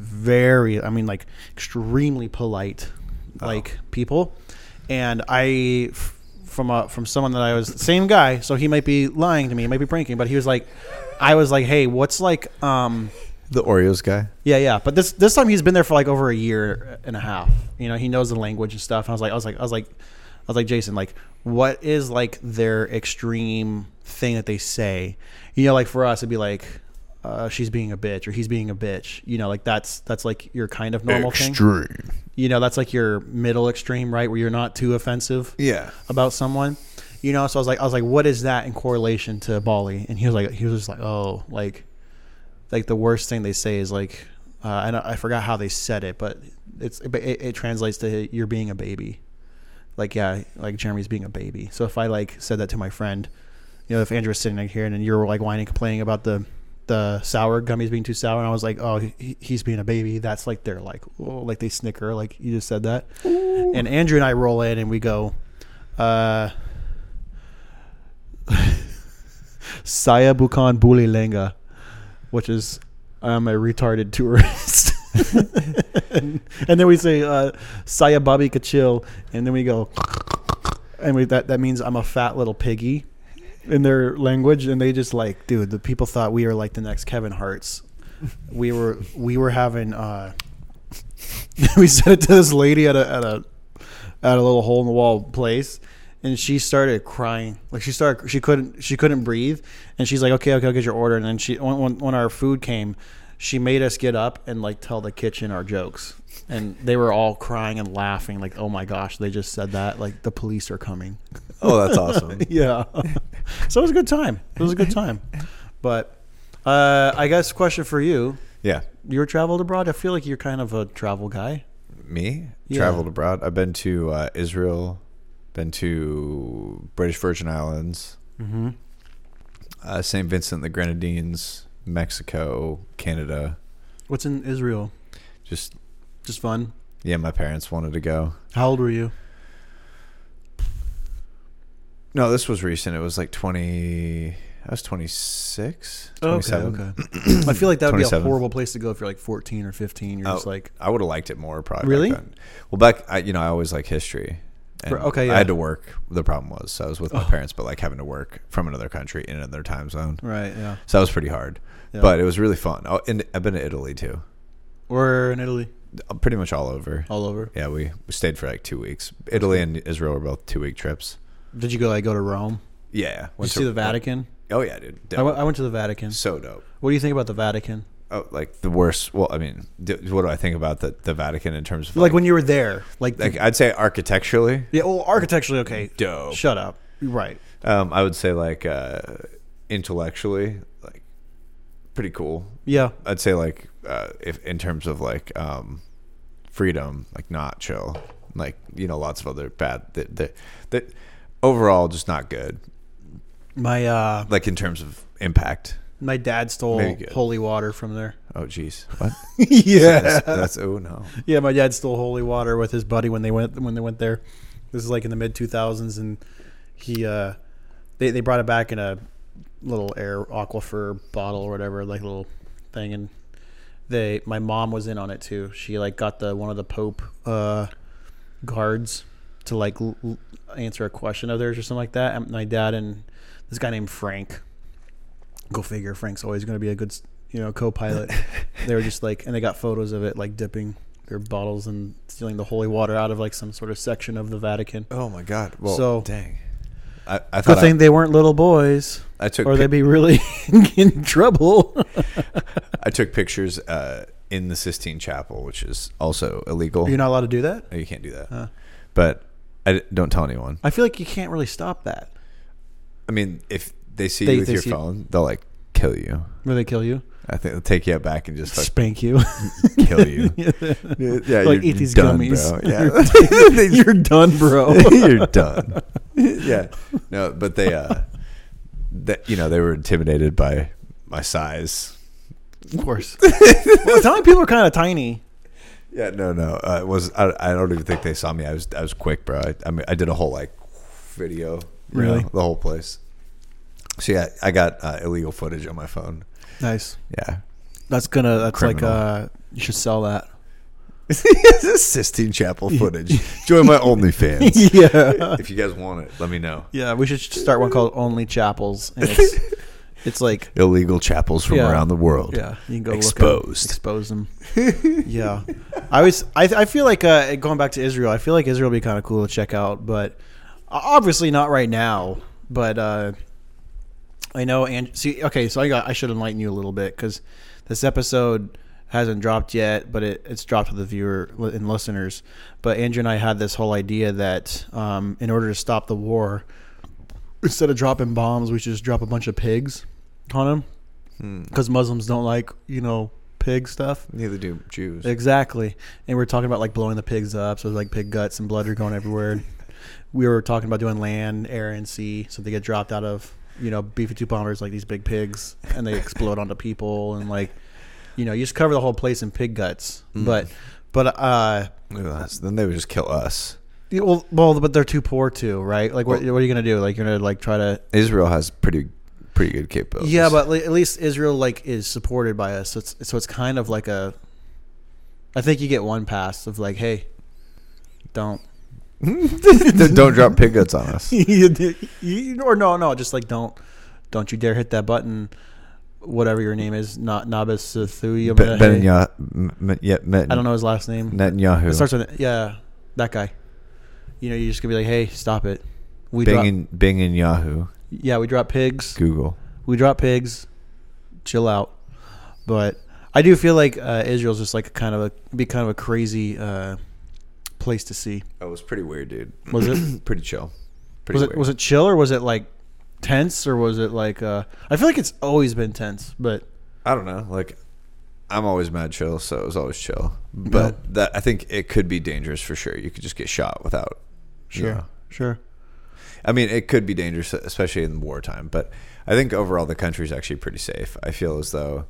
[SPEAKER 1] very, I mean, like extremely polite, like people. And I, f- from a, from someone that I was same guy, so he might be lying to me, he might be pranking, but he was like, I was like, hey, what's like, um,
[SPEAKER 2] The Oreos guy.
[SPEAKER 1] yeah, yeah. But this this time he's been there for like over a year and a half. You know, he knows the language and stuff. And I was like, I was like, I was like, I was like, Jason, like, what is like their extreme thing that they say? You know, like for us, it'd be like, uh, she's being a bitch or he's being a bitch. You know, like that's that's like your kind of normal thing. You know, that's like your middle extreme, right? Where you're not too offensive
[SPEAKER 2] Yeah.
[SPEAKER 1] about someone. You know, so I was like, I was like, what is that in correlation to Bali? And he was like, he was just like, oh, like, like the worst thing they say is like, uh, and I, I forgot how they said it, but it's but it, it translates to you're being a baby. Like yeah, like Jeremy's being a baby. So if I like said that to my friend, you know, if Andrew's sitting like here and then you're like whining, complaining about the the sour gummies being too sour, and I was like, oh, he, he's being a baby. That's like they're like, oh, like they snicker, like you just said that. And Andrew and I roll in and we go, uh, (laughs) Saya Bukan Buli Lenga, which is I'm a retarded tourist. (laughs) and, and then we say uh, Saya Bobby Kachil, and then we go, and we, that that means I'm a fat little piggy in their language, and they just like, dude, the people thought we were like the next Kevin Hart's. We were we were having uh, (laughs) we said it to this lady at a at a at a little hole in the wall place and she started crying like she started she couldn't she couldn't breathe and she's like okay okay i'll get your order and then she when, when, when our food came she made us get up and like tell the kitchen our jokes and they were all crying and laughing like oh my gosh they just said that like the police are coming
[SPEAKER 2] Oh,
[SPEAKER 1] (laughs)
[SPEAKER 2] that's awesome.
[SPEAKER 1] yeah so it was a good time it was a good time but uh, i guess question for you
[SPEAKER 2] yeah.
[SPEAKER 1] you were traveled abroad i feel like you're kind of a travel guy
[SPEAKER 2] Me
[SPEAKER 1] Yeah.
[SPEAKER 2] traveled abroad. I've been to uh, Israel, been to British Virgin Islands, mm-hmm. uh, Saint Vincent and the Grenadines, Mexico, Canada.
[SPEAKER 1] what's in israel
[SPEAKER 2] Just
[SPEAKER 1] just fun (clears throat)
[SPEAKER 2] yeah, my parents wanted to go.
[SPEAKER 1] how old were you
[SPEAKER 2] No, this was recent. It was like twenty. I was 26, 27.
[SPEAKER 1] Oh, Okay, okay. I feel like that would be a
[SPEAKER 2] 27.
[SPEAKER 1] horrible place to go if you're like 14 or 15. You're just
[SPEAKER 2] Oh,
[SPEAKER 1] like,
[SPEAKER 2] I would have liked it more probably. back
[SPEAKER 1] Really?
[SPEAKER 2] then. Well, back I, you know I always like history. And
[SPEAKER 1] For- okay,
[SPEAKER 2] I
[SPEAKER 1] yeah. Oh.
[SPEAKER 2] had to work. The problem was so I was with my parents, but like having to work from another country in another time zone.
[SPEAKER 1] right, yeah.
[SPEAKER 2] So that was pretty hard,
[SPEAKER 1] Yeah.
[SPEAKER 2] but it was really fun. Oh, and I've been to Italy too,
[SPEAKER 1] We're in Italy,
[SPEAKER 2] Uh, pretty much all over.
[SPEAKER 1] all over.
[SPEAKER 2] Yeah, we, we stayed for like two weeks. Italy and Israel were both two week trips.
[SPEAKER 1] Did you go like go to Rome?
[SPEAKER 2] Yeah,
[SPEAKER 1] Did you
[SPEAKER 2] went
[SPEAKER 1] see the Vatican?
[SPEAKER 2] Oh yeah, dude,
[SPEAKER 1] I, went, I went to the Vatican.
[SPEAKER 2] so dope.
[SPEAKER 1] What do you think about the Vatican?
[SPEAKER 2] Oh, like the worst. Well, I mean, d- what do I think about the, the Vatican in terms of
[SPEAKER 1] Like, when you were there, like,
[SPEAKER 2] like I'd say architecturally,
[SPEAKER 1] yeah, well, architecturally, okay,
[SPEAKER 2] dope.
[SPEAKER 1] Shut up, right?
[SPEAKER 2] Um, I would say like uh, intellectually, like pretty cool.
[SPEAKER 1] Yeah,
[SPEAKER 2] I'd say like uh, if in terms of like um, freedom, like not chill, like you know, lots of other bad that that that overall just not good.
[SPEAKER 1] My uh,
[SPEAKER 2] like in terms of impact.
[SPEAKER 1] my dad stole
[SPEAKER 2] Maybe good.
[SPEAKER 1] holy water from there.
[SPEAKER 2] Oh, jeez, what?
[SPEAKER 1] (laughs) yeah,
[SPEAKER 2] that's, that's oh no.
[SPEAKER 1] (laughs) yeah. My dad stole holy water with his buddy when they went when they went there. This is like in the mid two thousands, and he uh, they they brought it back in a little air aquifer bottle or whatever, like little thing, and they my mom was in on it too. She like got the one of the Pope uh, guards to like l- l- answer a question of theirs or something like that. And my dad and this guy named Frank. Go figure. Frank's always going to be a good s- you know (laughs) co-pilot. they were just like, and they got photos of it like dipping their bottles and stealing the holy water out of like some sort of section of the Vatican.
[SPEAKER 2] Oh my god. Well,
[SPEAKER 1] So-
[SPEAKER 2] dang. I, I
[SPEAKER 1] Good
[SPEAKER 2] thought
[SPEAKER 1] thing they weren't little boys,
[SPEAKER 2] I, I took
[SPEAKER 1] or
[SPEAKER 2] pic-
[SPEAKER 1] they'd be really (laughs) in trouble.
[SPEAKER 2] I took pictures uh, in the Sistine Chapel, which is also illegal.
[SPEAKER 1] You're not allowed to do that.
[SPEAKER 2] No, you can't do that. But I d- don't tell anyone.
[SPEAKER 1] I feel like you can't really stop that.
[SPEAKER 2] I mean, if they see
[SPEAKER 1] They-
[SPEAKER 2] you with
[SPEAKER 1] they
[SPEAKER 2] your
[SPEAKER 1] see-
[SPEAKER 2] phone, they'll like kill you.
[SPEAKER 1] Where they kill you,
[SPEAKER 2] I think they'll take you out back
[SPEAKER 1] (laughs)
[SPEAKER 2] and just like
[SPEAKER 1] spank you. (laughs)
[SPEAKER 2] kill you. yeah,
[SPEAKER 1] Like,
[SPEAKER 2] you're
[SPEAKER 1] eat these
[SPEAKER 2] done,
[SPEAKER 1] gummies. (laughs)
[SPEAKER 2] bro. Yeah, They just-
[SPEAKER 1] You're done, bro.
[SPEAKER 2] (laughs) you're done. yeah. No, but they uh that you know, they were intimidated by my size.
[SPEAKER 1] of course. (laughs) well, Italian people are kind of tiny.
[SPEAKER 2] Yeah, no, no. Uh, it was I, I don't even think they saw me. I was I was quick, bro. I, I mean I did a whole like video, you
[SPEAKER 1] Really?
[SPEAKER 2] know, the whole place. So yeah, I got uh, illegal footage on my phone.
[SPEAKER 1] Nice.
[SPEAKER 2] Yeah. (laughs)
[SPEAKER 1] That's gonna. That's like
[SPEAKER 2] Criminal.
[SPEAKER 1] uh, you should sell that.
[SPEAKER 2] this is Sistine Chapel footage.
[SPEAKER 1] (laughs)
[SPEAKER 2] Join my OnlyFans.
[SPEAKER 1] (laughs) yeah.
[SPEAKER 2] if you guys want it, let me know.
[SPEAKER 1] (laughs) Yeah, we should start one called Only Chapels, and (laughs) it's it's like
[SPEAKER 2] Illegal chapels from
[SPEAKER 1] Yeah.
[SPEAKER 2] around the world.
[SPEAKER 1] yeah, you can go look
[SPEAKER 2] Exposed.
[SPEAKER 1] at, expose
[SPEAKER 2] (laughs)
[SPEAKER 1] them. yeah, I was I, I feel like uh, going back to Israel. I feel like Israel would be kind of cool to check out, but obviously not right now. But uh, I know and see. Okay, so I got I should enlighten you a little bit because this episode hasn't dropped yet, but it, it's dropped to the viewer and listeners. But Andrew and I had this whole idea that um, in order to stop the war, instead of dropping bombs, we should just drop a bunch of pigs on them because Muslims don't like you know pig stuff.
[SPEAKER 2] Neither do Jews.
[SPEAKER 1] Exactly, and we are talking about like blowing the pigs up, so like pig guts and blood are going everywhere. we were talking about doing land, air, and sea, so they get dropped out of you know B fifty two bombers like these big pigs, and they explode onto people, and like you know you just cover the whole place in pig guts, but. But uh,
[SPEAKER 2] Ugh, so then they would just kill us.
[SPEAKER 1] yeah, well, well, but they're too poor too, right? Like, what, what are you gonna do? Like, you're gonna like try to
[SPEAKER 2] Israel has pretty pretty good capabilities.
[SPEAKER 1] Yeah,
[SPEAKER 2] (laughs)
[SPEAKER 1] but li- at least Israel like is supported by us, so it's so it's kind of like a. I think you get one pass of like, hey,
[SPEAKER 2] (laughs)
[SPEAKER 1] don't.
[SPEAKER 2] Don't- don't drop pig guts
[SPEAKER 1] (laughs)
[SPEAKER 2] on us.
[SPEAKER 1] You d- you- or no, no, just like don't, don't you dare hit that button, whatever your name is, not Nabis Thuya.
[SPEAKER 2] Ben, ben, yeah, m- yeah, Net-
[SPEAKER 1] I don't know his last name.
[SPEAKER 2] Netanyahu.
[SPEAKER 1] It starts with yeah, that guy. You know, you're just gonna be like, hey, stop it. We
[SPEAKER 2] Bing
[SPEAKER 1] drop,
[SPEAKER 2] and Bing and Yahoo,
[SPEAKER 1] yeah, we drop pigs.
[SPEAKER 2] Google.
[SPEAKER 1] we drop pigs, chill out. But I do feel like uh, Israel's just like kind of a be kind of a crazy uh, place to see.
[SPEAKER 2] Oh, it (clears throat) was pretty weird, dude.
[SPEAKER 1] Was it?
[SPEAKER 2] pretty chill. Pretty
[SPEAKER 1] was it was it chill or was it like tense or was it like uh, I feel like it's always been tense, but
[SPEAKER 2] I don't know. Like, I'm always mad chill, so it was always chill. But that I think it could be dangerous for sure. You could just get shot without. you know.
[SPEAKER 1] sure.
[SPEAKER 2] I mean, it could be dangerous, especially in wartime. But I think overall, the country's actually pretty safe. I feel as though,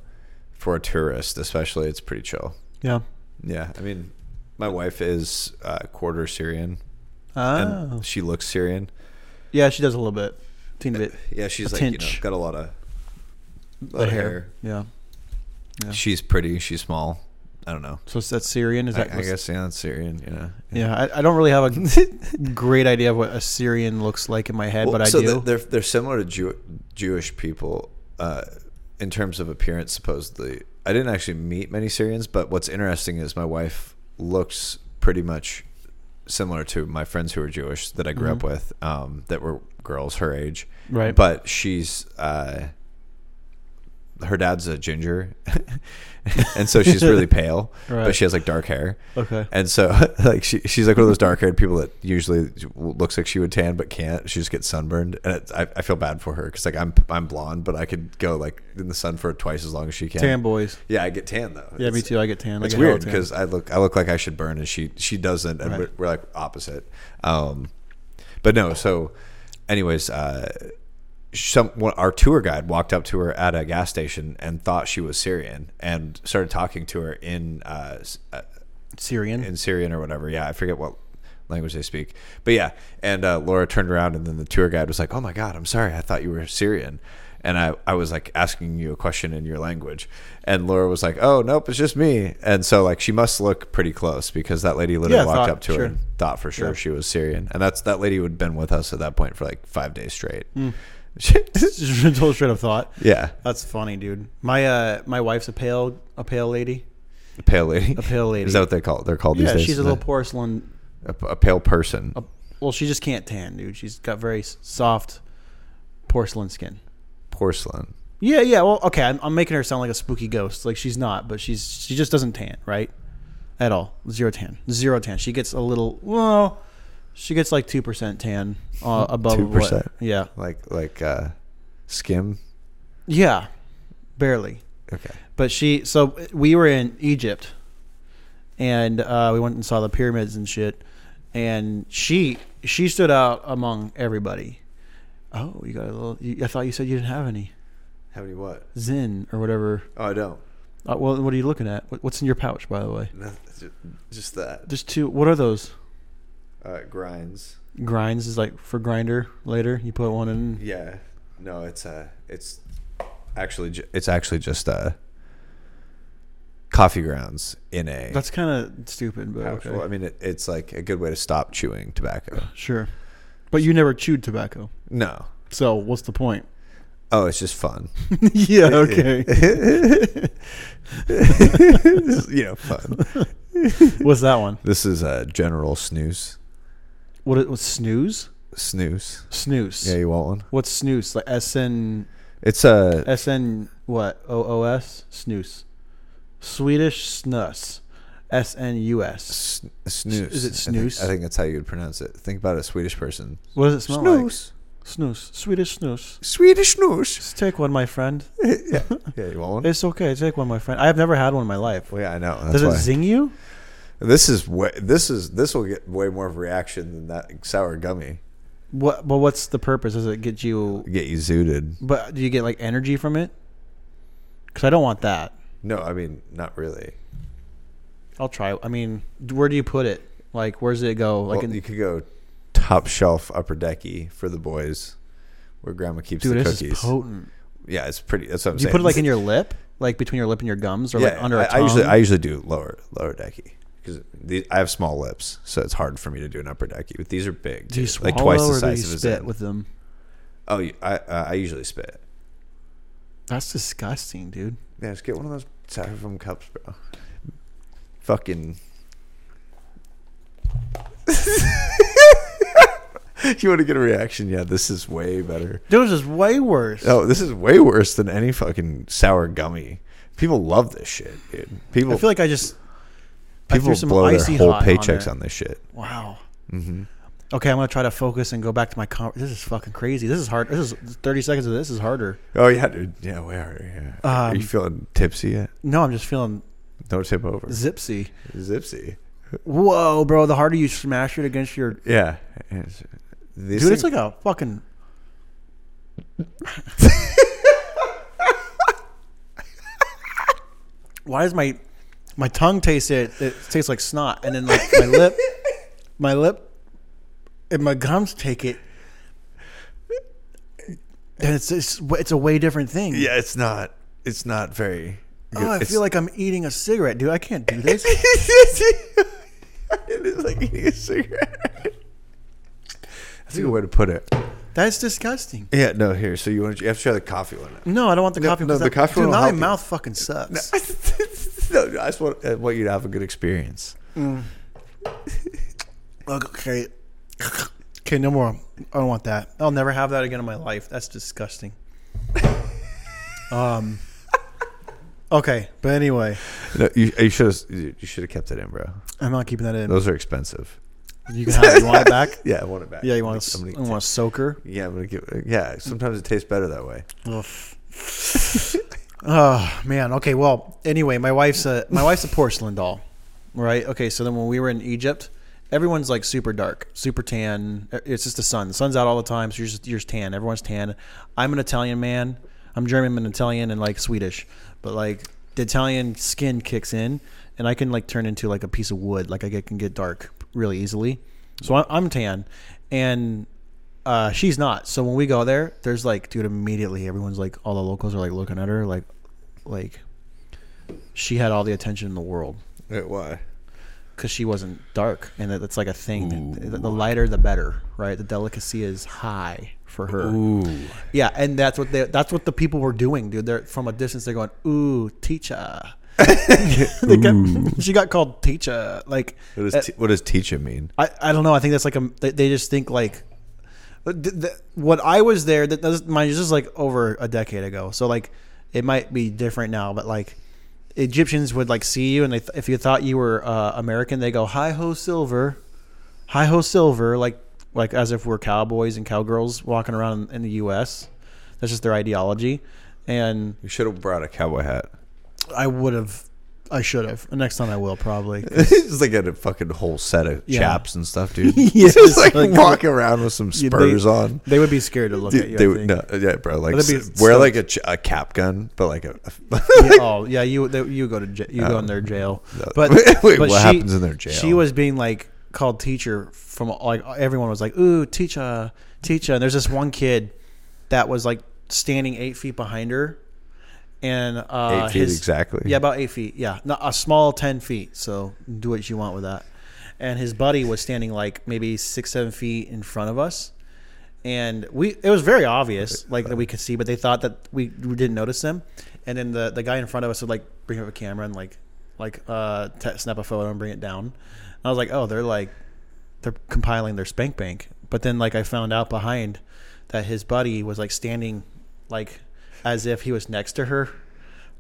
[SPEAKER 2] for a tourist, especially, it's pretty chill.
[SPEAKER 1] Yeah.
[SPEAKER 2] Yeah, I mean, my wife is uh, quarter Syrian, and
[SPEAKER 1] Oh.
[SPEAKER 2] she looks Syrian.
[SPEAKER 1] Yeah, she does a little bit. Teen bit.
[SPEAKER 2] Yeah, she's
[SPEAKER 1] A
[SPEAKER 2] like you know
[SPEAKER 1] tinge.
[SPEAKER 2] got a lot of, lot
[SPEAKER 1] The
[SPEAKER 2] of
[SPEAKER 1] hair. Yeah. Yeah.
[SPEAKER 2] She's pretty. She's small. I don't know.
[SPEAKER 1] So it's- that's Syrian, is
[SPEAKER 2] I,
[SPEAKER 1] that
[SPEAKER 2] I guess yeah, that's Syrian. You know.
[SPEAKER 1] Yeah, I, I don't really have
[SPEAKER 2] (laughs)
[SPEAKER 1] a great idea of what a Syrian looks like in my head,
[SPEAKER 2] Well,
[SPEAKER 1] but I
[SPEAKER 2] so
[SPEAKER 1] do.
[SPEAKER 2] they're- they're they're similar to Jew, Jewish people uh, in terms of appearance. Supposedly, I didn't actually meet many Syrians, but what's interesting is my wife looks pretty much similar to my friends who are Jewish that I grew up with, um, that were girls her age.
[SPEAKER 1] Mm-hmm. Right.
[SPEAKER 2] but she's. Uh, her dad's a ginger, (laughs) and so
[SPEAKER 1] (laughs)
[SPEAKER 2] she's really pale,
[SPEAKER 1] Right.
[SPEAKER 2] but she has like dark hair.
[SPEAKER 1] Okay.
[SPEAKER 2] And so, (laughs) like, she, she's like one of those dark haired people that usually looks like she would tan but can't. She just gets sunburned, and it, I, I feel bad for her because like I'm I'm blonde, but I could go like in the sun for twice as long as she can.
[SPEAKER 1] Tan boys.
[SPEAKER 2] Yeah, I get tan though.
[SPEAKER 1] Yeah, me
[SPEAKER 2] It's-
[SPEAKER 1] too. I get tan. I
[SPEAKER 2] It's
[SPEAKER 1] get hella
[SPEAKER 2] weird
[SPEAKER 1] tan.
[SPEAKER 2] because I look I look like I should burn, and she she doesn't, and
[SPEAKER 1] Right.
[SPEAKER 2] we're, we're like opposite. Um, but no, so, anyways, uh, some one- our tour guide walked up to her at a gas station and thought she was Syrian and started talking to her in uh, s- uh,
[SPEAKER 1] Syrian.
[SPEAKER 2] in Syrian or whatever. Yeah, I forget what language they speak. But yeah, and uh, Laura turned around and then the tour guide was like, "Oh my god, I'm sorry. I thought you were Syrian." And I, I was like asking you a question in your language. And Laura was like, "Oh, nope, it's just me." And so like she must look pretty close because that lady literally
[SPEAKER 1] Yeah,
[SPEAKER 2] walked
[SPEAKER 1] thought-
[SPEAKER 2] up to her
[SPEAKER 1] sure.
[SPEAKER 2] and thought for sure she was Syrian. And that's that lady would have been with us at that point for like 5 days straight.
[SPEAKER 1] (laughs) Hmm. Just total straight up thought.
[SPEAKER 2] (laughs) yeah.
[SPEAKER 1] That's funny, dude. My uh, my wife's a pale a pale lady.
[SPEAKER 2] Pale lady. A
[SPEAKER 1] pale lady.
[SPEAKER 2] Is that what they call they're called
[SPEAKER 1] Yeah,
[SPEAKER 2] these days?
[SPEAKER 1] she's a little porcelain.
[SPEAKER 2] a, a pale person.
[SPEAKER 1] Well, she just can't tan, dude. She's got very s- soft porcelain skin.
[SPEAKER 2] porcelain.
[SPEAKER 1] Yeah, yeah. Well, okay. I'm, I'm making her sound like a spooky ghost. Like she's not, but she's she just doesn't tan, right? At all. Zero tan. Zero tan. She gets a little. Well, she gets like two percent tan uh, above. what-
[SPEAKER 2] 2%?
[SPEAKER 1] Yeah.
[SPEAKER 2] Like like uh skim.
[SPEAKER 1] Yeah. Barely.
[SPEAKER 2] Okay.
[SPEAKER 1] But she, so we were in Egypt, and uh, we went and saw the pyramids and shit. And she, she stood out among everybody. Oh, you got a little. You, I thought you said you didn't have any
[SPEAKER 2] How many what?
[SPEAKER 1] Zin or whatever.
[SPEAKER 2] Oh, I don't.
[SPEAKER 1] Uh, well, what are you looking at? What, what's in your pouch, by the way?
[SPEAKER 2] Just, just that.
[SPEAKER 1] There's two. What are those?
[SPEAKER 2] Uh, grinds.
[SPEAKER 1] Grinds is like for grinder later. You put one in.
[SPEAKER 2] Yeah. No, it's uh it's actually ju- it's actually just uh coffee grounds in a
[SPEAKER 1] That's kind of stupid, but
[SPEAKER 2] pouch.
[SPEAKER 1] okay.
[SPEAKER 2] Well, I mean, it, it's like a good way to stop chewing tobacco.
[SPEAKER 1] Sure. But you never chewed tobacco,
[SPEAKER 2] No.
[SPEAKER 1] so what's the
[SPEAKER 2] (laughs)
[SPEAKER 1] point? (laughs)
[SPEAKER 2] Oh, it's just (laughs) fun.
[SPEAKER 1] yeah.
[SPEAKER 2] (laughs)
[SPEAKER 1] Okay.
[SPEAKER 2] you know, fun.
[SPEAKER 1] what's that one?
[SPEAKER 2] This is a general snooze.
[SPEAKER 1] What it was snooze?
[SPEAKER 2] Snooze.
[SPEAKER 1] Snooze.
[SPEAKER 2] Yeah, you want one?
[SPEAKER 1] What's snooze? Like S N
[SPEAKER 2] It's uh, a
[SPEAKER 1] S N what? O O S snooze. Swedish snus. S N U S.
[SPEAKER 2] S- snooze.
[SPEAKER 1] Is it
[SPEAKER 2] I think-
[SPEAKER 1] snooze?
[SPEAKER 2] I think, that's how you would pronounce it. Think about a Swedish person.
[SPEAKER 1] What does it smell
[SPEAKER 2] Snooze.
[SPEAKER 1] like? Snooze. Swedish snooze.
[SPEAKER 2] Swedish snooze.
[SPEAKER 1] Just take one, my friend.
[SPEAKER 2] Yeah, you want one?
[SPEAKER 1] It's okay. Take one, my friend. I have never had one in my life.
[SPEAKER 2] Well, yeah, I know. That's
[SPEAKER 1] Does
[SPEAKER 2] why.
[SPEAKER 1] it zing you?
[SPEAKER 2] this is way, this is this will get way more of a reaction than that sour gummy.
[SPEAKER 1] What? But what's the purpose? Does it get you?
[SPEAKER 2] Get you zooted.
[SPEAKER 1] But do you get like energy from it? Because I don't want that.
[SPEAKER 2] No, I mean not really.
[SPEAKER 1] I'll try. I mean, where do you put it? Like, where does it go? Like,
[SPEAKER 2] well,
[SPEAKER 1] in,
[SPEAKER 2] you could go top shelf upper decky for the boys, where grandma keeps
[SPEAKER 1] dude,
[SPEAKER 2] the
[SPEAKER 1] this
[SPEAKER 2] cookies.
[SPEAKER 1] is potent.
[SPEAKER 2] yeah, it's pretty. That's what I'm
[SPEAKER 1] Do
[SPEAKER 2] saying.
[SPEAKER 1] you put it like in your lip, like between your lip and your gums, or
[SPEAKER 2] yeah,
[SPEAKER 1] like under a
[SPEAKER 2] I-
[SPEAKER 1] tongue?
[SPEAKER 2] I usually I usually do lower lower decky because I have small lips, so it's hard for me to do an upper decky. But these are big,
[SPEAKER 1] do
[SPEAKER 2] too,
[SPEAKER 1] you swallow
[SPEAKER 2] like twice
[SPEAKER 1] or
[SPEAKER 2] the size
[SPEAKER 1] do
[SPEAKER 2] of
[SPEAKER 1] you
[SPEAKER 2] his
[SPEAKER 1] spit
[SPEAKER 2] head.
[SPEAKER 1] with them?
[SPEAKER 2] oh, you- I uh, I usually spit.
[SPEAKER 1] That's disgusting, dude.
[SPEAKER 2] Yeah, just get one of those styrofoam cups, bro. Fucking. (laughs) you want to get a reaction? Yeah, this is way better.
[SPEAKER 1] Yours is way worse.
[SPEAKER 2] Oh, this is way worse than any fucking sour gummy. People love this shit, dude. People
[SPEAKER 1] I feel like I just I
[SPEAKER 2] people
[SPEAKER 1] threw some
[SPEAKER 2] blow
[SPEAKER 1] icy
[SPEAKER 2] their whole
[SPEAKER 1] hot on
[SPEAKER 2] paychecks
[SPEAKER 1] there.
[SPEAKER 2] on, this shit.
[SPEAKER 1] Wow.
[SPEAKER 2] Mm-hmm.
[SPEAKER 1] Okay, I'm gonna try to focus and go back to my. Con- this is fucking crazy. This is hard. This is 30 seconds of this is harder.
[SPEAKER 2] Oh yeah, dude. Yeah, we are. Yeah. are you
[SPEAKER 1] Um,
[SPEAKER 2] feeling tipsy yet?
[SPEAKER 1] No, I'm just feeling
[SPEAKER 2] No tip over.
[SPEAKER 1] zipsy.
[SPEAKER 2] Zipsy.
[SPEAKER 1] Whoa, bro! The harder you smash it against your
[SPEAKER 2] Yeah. It's- this
[SPEAKER 1] dude, it's
[SPEAKER 2] thing-
[SPEAKER 1] like a fucking. Why does my my tongue taste it? It tastes like snot, and then like my lip, my lip, and my gums take it. And it's it's, it's a way different thing.
[SPEAKER 2] yeah. It's not. It's not very. Good.
[SPEAKER 1] Oh, I
[SPEAKER 2] It's-
[SPEAKER 1] feel
[SPEAKER 2] (laughs)
[SPEAKER 1] like I'm eating a cigarette, dude. I can't do this.
[SPEAKER 2] (laughs) it is like eating a cigarette. That's a good way to put it.
[SPEAKER 1] That's disgusting.
[SPEAKER 2] Yeah. No. Here. So you want you have to try the coffee one.
[SPEAKER 1] No, I don't want the
[SPEAKER 2] No,
[SPEAKER 1] coffee.
[SPEAKER 2] no,
[SPEAKER 1] because
[SPEAKER 2] the
[SPEAKER 1] that-
[SPEAKER 2] coffee
[SPEAKER 1] Dude,
[SPEAKER 2] will
[SPEAKER 1] now my
[SPEAKER 2] help you.
[SPEAKER 1] mouth fucking sucks.
[SPEAKER 2] (laughs) no, I just want, I want you to have a good experience.
[SPEAKER 1] Okay. Okay, no more. I don't want that. I'll never have that again in my life. That's disgusting. um. Okay, but anyway,
[SPEAKER 2] No, you, you should have you should have kept it in, bro.
[SPEAKER 1] I'm not keeping that in.
[SPEAKER 2] Those are expensive.
[SPEAKER 1] You can have. it. You want it back?
[SPEAKER 2] Yeah, I want it back.
[SPEAKER 1] Yeah, you
[SPEAKER 2] I'm
[SPEAKER 1] want
[SPEAKER 2] gonna- I'm
[SPEAKER 1] to?
[SPEAKER 2] gonna-
[SPEAKER 1] want a soaker?
[SPEAKER 2] Yeah, I'm gonna give. uh, Yeah, sometimes it tastes better that way.
[SPEAKER 1] Ugh. oh man. Okay. Well. Anyway, my wife's a my wife's a porcelain doll, right? Okay. So then when we were in Egypt everyone's like super dark, super tan. E, It's just the sun. The sun's out all the time, so you're just, you're just tan. Everyone's tan. I'm an Italian man. I'm German, and Italian, and like Swedish, but like the Italian skin kicks in, and I can like turn into like a piece of wood. Like I get, can get dark really easily. So I'm, I'm tan, and uh, she's not. So when we go there, there's like, dude, immediately everyone's like, all the locals are like looking at her, like, like she had all the attention in the world
[SPEAKER 2] why?
[SPEAKER 1] because she wasn't dark, and that, that's like a thing. that- that the lighter, the better, right? The delicacy is high for her.
[SPEAKER 2] Ooh.
[SPEAKER 1] Yeah, and that's what they, that's what the people were doing, dude. They're from a distance. They're going, "Ooh, teacher." they kept, she got called teacher. Like,
[SPEAKER 2] What
[SPEAKER 1] uh,
[SPEAKER 2] does, t- what does teacher mean?
[SPEAKER 1] I, I don't know. I think that's like a they, they just think like th- th- what I was there. That that's, mind you, this is like over a decade ago. So like it might be different now, but like Egyptians would like see you and they th- if you thought you were uh, American, they go hi ho silver, hi ho silver, like like as if we're cowboys and cowgirls walking around in, in the U.S. That's just their ideology, and
[SPEAKER 2] You should have brought a cowboy hat.
[SPEAKER 1] I would have. I should have. Next time I will
[SPEAKER 2] (laughs)
[SPEAKER 1] probably.
[SPEAKER 2] (laughs) it's like a fucking whole set of
[SPEAKER 1] Yeah.
[SPEAKER 2] chaps and stuff,
[SPEAKER 1] (laughs)
[SPEAKER 2] dude.
[SPEAKER 1] Yeah,
[SPEAKER 2] just like,
[SPEAKER 1] like-
[SPEAKER 2] walk around with some
[SPEAKER 1] Yeah,
[SPEAKER 2] spurs
[SPEAKER 1] they,
[SPEAKER 2] on.
[SPEAKER 1] They would be scared to look
[SPEAKER 2] Dude,
[SPEAKER 1] at you. I
[SPEAKER 2] they would-
[SPEAKER 1] think.
[SPEAKER 2] no, uh, yeah, bro. Like
[SPEAKER 1] That'd be
[SPEAKER 2] s- wear
[SPEAKER 1] so-
[SPEAKER 2] like a, ch- a cap gun, but like a. (laughs)
[SPEAKER 1] Yeah, oh yeah, you they, you go to j- you go in their jail. But,
[SPEAKER 2] (laughs) Wait,
[SPEAKER 1] but
[SPEAKER 2] what
[SPEAKER 1] she-
[SPEAKER 2] happens in their jail?
[SPEAKER 1] She was being like called teacher from like everyone was like ooh teacher teacher. And there's this one kid that was like standing eight feet behind her, and uh,
[SPEAKER 2] Eight feet
[SPEAKER 1] his-
[SPEAKER 2] exactly.
[SPEAKER 1] Yeah, about eight feet. Yeah, not a small ten feet. So do what you want with that. And his buddy was standing like maybe six seven feet in front of us. And we, it was very obvious, like that we could see, but they thought that we, we didn't notice them. And then the, the guy in front of us would like bring up a camera and like, like, uh, t- snap a photo and bring it down. And I was like, oh, they're like, they're compiling their spank bank. But then like I found out behind that his buddy was like standing like as if he was next to her,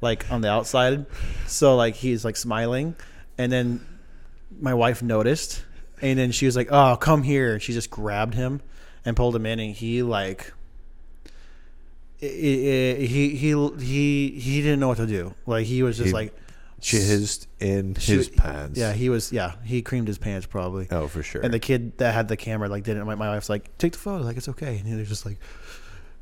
[SPEAKER 1] like on the outside. So like he's like smiling and then my wife noticed and then she was like, Oh, come here. She just grabbed him and pulled him in and he like i- i- i- he he he he didn't know what to do. Like he was just
[SPEAKER 2] He
[SPEAKER 1] like
[SPEAKER 2] jizzed in
[SPEAKER 1] she-
[SPEAKER 2] his pants.
[SPEAKER 1] Yeah, he was. Yeah, he creamed his pants probably.
[SPEAKER 2] oh, for sure.
[SPEAKER 1] And the kid that had the camera like didn't. My, my wife's like, take the photo. Like it's okay. And they're just like,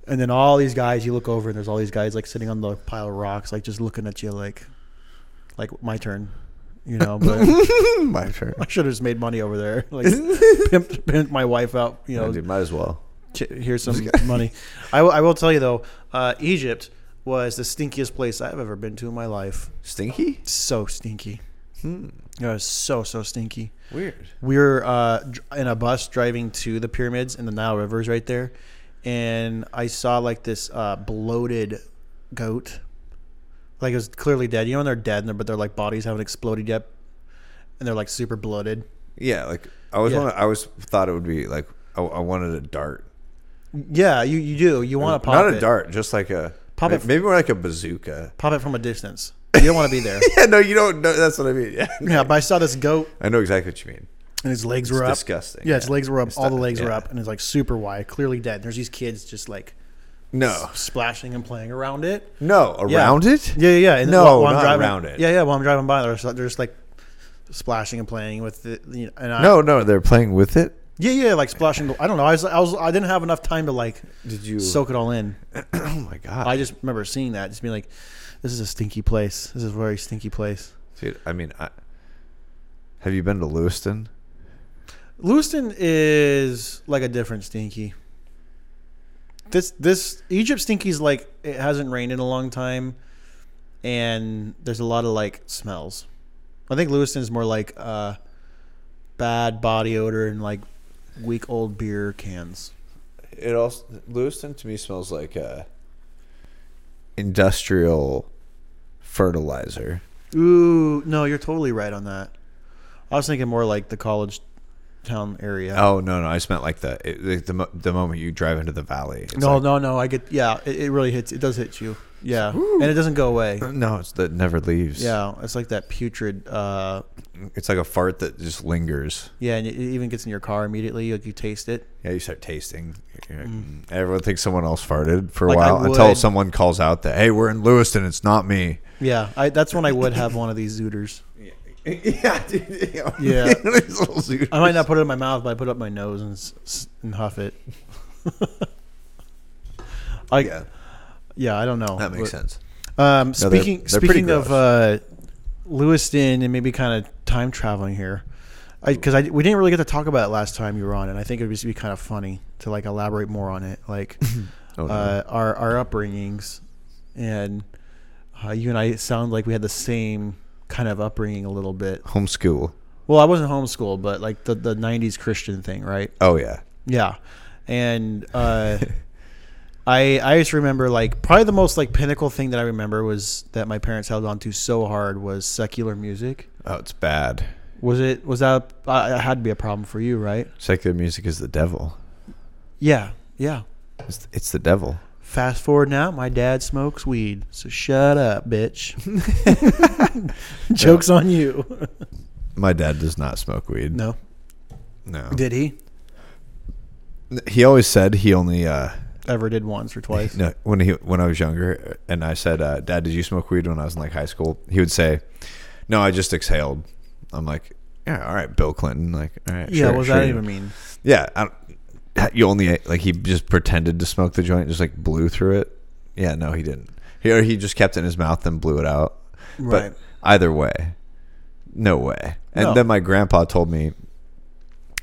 [SPEAKER 1] and then all these guys. You look over and there's all these guys like sitting on the pile of rocks, like just looking at you, like, like my turn, you know. But
[SPEAKER 2] (laughs)
[SPEAKER 1] (laughs)
[SPEAKER 2] my turn.
[SPEAKER 1] I should have just made money over there, like pimped, pimped my wife out, you
[SPEAKER 2] Yeah,
[SPEAKER 1] know.
[SPEAKER 2] dude, might as well.
[SPEAKER 1] Ch- here's some money. I will- I will tell you though, uh, Egypt was the stinkiest place I've ever been to in my life.
[SPEAKER 2] Stinky.
[SPEAKER 1] So stinky. It was so so stinky.
[SPEAKER 2] Weird.
[SPEAKER 1] we were uh, dr- in a bus driving to the pyramids and the Nile River's right there, and I saw like this uh, bloated goat, like it was clearly dead. You know when they're dead, and they're, but their like bodies haven't exploded yet, and they're like super bloated.
[SPEAKER 2] Yeah, like I always
[SPEAKER 1] Yeah.
[SPEAKER 2] wanna- I always thought it would be like I, I wanted a dart.
[SPEAKER 1] Yeah, you you do. You want to pop it.
[SPEAKER 2] Not a dart, just like a
[SPEAKER 1] Pop
[SPEAKER 2] may-
[SPEAKER 1] it.
[SPEAKER 2] Maybe more like a bazooka. (laughs)
[SPEAKER 1] Pop it from a distance. You don't want to be there.
[SPEAKER 2] Yeah, no, you don't. know that's what I mean. Yeah,
[SPEAKER 1] yeah, but I saw this goat
[SPEAKER 2] I know exactly what you mean.
[SPEAKER 1] and his legs were up.
[SPEAKER 2] disgusting,
[SPEAKER 1] Yeah, his
[SPEAKER 2] yeah.
[SPEAKER 1] legs were up.
[SPEAKER 2] It's
[SPEAKER 1] all the
[SPEAKER 2] not-
[SPEAKER 1] legs were
[SPEAKER 2] yeah.
[SPEAKER 1] up, and it's like super wide, clearly dead. And there's these kids just like
[SPEAKER 2] No,
[SPEAKER 1] splashing and playing around it.
[SPEAKER 2] no,
[SPEAKER 1] Yeah.
[SPEAKER 2] around it.
[SPEAKER 1] Yeah, yeah. yeah. And
[SPEAKER 2] No,
[SPEAKER 1] I'm
[SPEAKER 2] not
[SPEAKER 1] driving,
[SPEAKER 2] around it.
[SPEAKER 1] Yeah, yeah. While I'm driving by, they're just, they're just like splashing and playing with the. You know, and I,
[SPEAKER 2] No, no, they're playing with it.
[SPEAKER 1] Yeah, yeah. Like splashing. I don't know. I was, I was, I didn't have enough time to like
[SPEAKER 2] Did you?
[SPEAKER 1] soak it all in.
[SPEAKER 2] oh my god,
[SPEAKER 1] I just remember seeing that, just being like, "This is a stinky place. This is a very stinky place."
[SPEAKER 2] dude. I mean, I, have you been to Lewiston?
[SPEAKER 1] Lewiston is like a different stinky. This this Egypt stinky's like it hasn't rained in a long time, and there's a lot of like smells. I think Lewiston's more like uh, bad body odor and like weak old beer cans.
[SPEAKER 2] It also Lewiston to me smells like uh industrial fertilizer.
[SPEAKER 1] Ooh, no, you're totally right on that. I was thinking more like the college town area.
[SPEAKER 2] Oh no, no, I just meant like the it, the, the mo- the moment you drive into the valley. It's
[SPEAKER 1] no,
[SPEAKER 2] like,
[SPEAKER 1] no, no. I get yeah. It, it really hits. It does hit you. Yeah, and it doesn't go away.
[SPEAKER 2] no, it's that never leaves.
[SPEAKER 1] Yeah, it's like that putrid. Uh,
[SPEAKER 2] it's like a fart that just lingers.
[SPEAKER 1] yeah, and it it even gets in your car immediately. Like you taste it.
[SPEAKER 2] Yeah, you start tasting. You're like, "Mm." Everyone thinks someone else farted for a
[SPEAKER 1] Like, I
[SPEAKER 2] while until
[SPEAKER 1] would-
[SPEAKER 2] someone calls out that, "Hey, we're in Lewiston. It's not me."
[SPEAKER 1] Yeah, I, that's when I would have one of these zooters.
[SPEAKER 2] (laughs) yeah, dude. Yeah. (laughs)
[SPEAKER 1] Yeah.
[SPEAKER 2] These little zooters.
[SPEAKER 1] I might not put it in my mouth, but I put it up my nose and, s- s- and huff it. (laughs) I yeah.
[SPEAKER 2] Yeah,
[SPEAKER 1] I don't know.
[SPEAKER 2] that
[SPEAKER 1] But,
[SPEAKER 2] makes sense.
[SPEAKER 1] Um,
[SPEAKER 2] No, they're-
[SPEAKER 1] speaking
[SPEAKER 2] they're pretty
[SPEAKER 1] speaking of uh, Lewiston and maybe kind of time traveling here, because I, we didn't really get to talk about it last time you were on, and I think it would just be kind of funny to like elaborate more on it, like
[SPEAKER 2] (laughs) Oh, no.
[SPEAKER 1] uh, our our upbringings, and uh, you and I sound like we had the same kind of upbringing a little bit.
[SPEAKER 2] Homeschool.
[SPEAKER 1] Well, I wasn't homeschooled, but like the, the 90s Christian thing, right?
[SPEAKER 2] Oh yeah.
[SPEAKER 1] Yeah. And uh, I I just remember like probably the most like pinnacle thing that I remember was that my parents held on to so hard was secular music.
[SPEAKER 2] Oh, it's bad.
[SPEAKER 1] Was it was that uh, it had to be a problem for you, right?
[SPEAKER 2] Secular music is the devil.
[SPEAKER 1] Yeah. Yeah.
[SPEAKER 2] It's, it's the devil.
[SPEAKER 1] Fast forward now, my dad smokes weed. So shut up, bitch. Joke's on you.
[SPEAKER 2] My dad does not smoke weed.
[SPEAKER 1] no.
[SPEAKER 2] No.
[SPEAKER 1] Did he?
[SPEAKER 2] He always said he only uh
[SPEAKER 1] Ever did once or twice.
[SPEAKER 2] no when he when I was younger and I said, uh, "Dad, did you smoke weed when I was in like high school?" He would say, "No, I just exhaled." I'm like, "Yeah, all right, Bill Clinton." Like, all right.
[SPEAKER 1] yeah,
[SPEAKER 2] sure,
[SPEAKER 1] what does
[SPEAKER 2] sure
[SPEAKER 1] that
[SPEAKER 2] you-
[SPEAKER 1] even mean?
[SPEAKER 2] Yeah, I don't, you only like he just pretended to smoke the joint, just like blew through it. Yeah, no, he didn't. He or he just kept it in his mouth and blew it out.
[SPEAKER 1] Right.
[SPEAKER 2] (laughs) But either way, no way. And
[SPEAKER 1] No.
[SPEAKER 2] then my grandpa told me,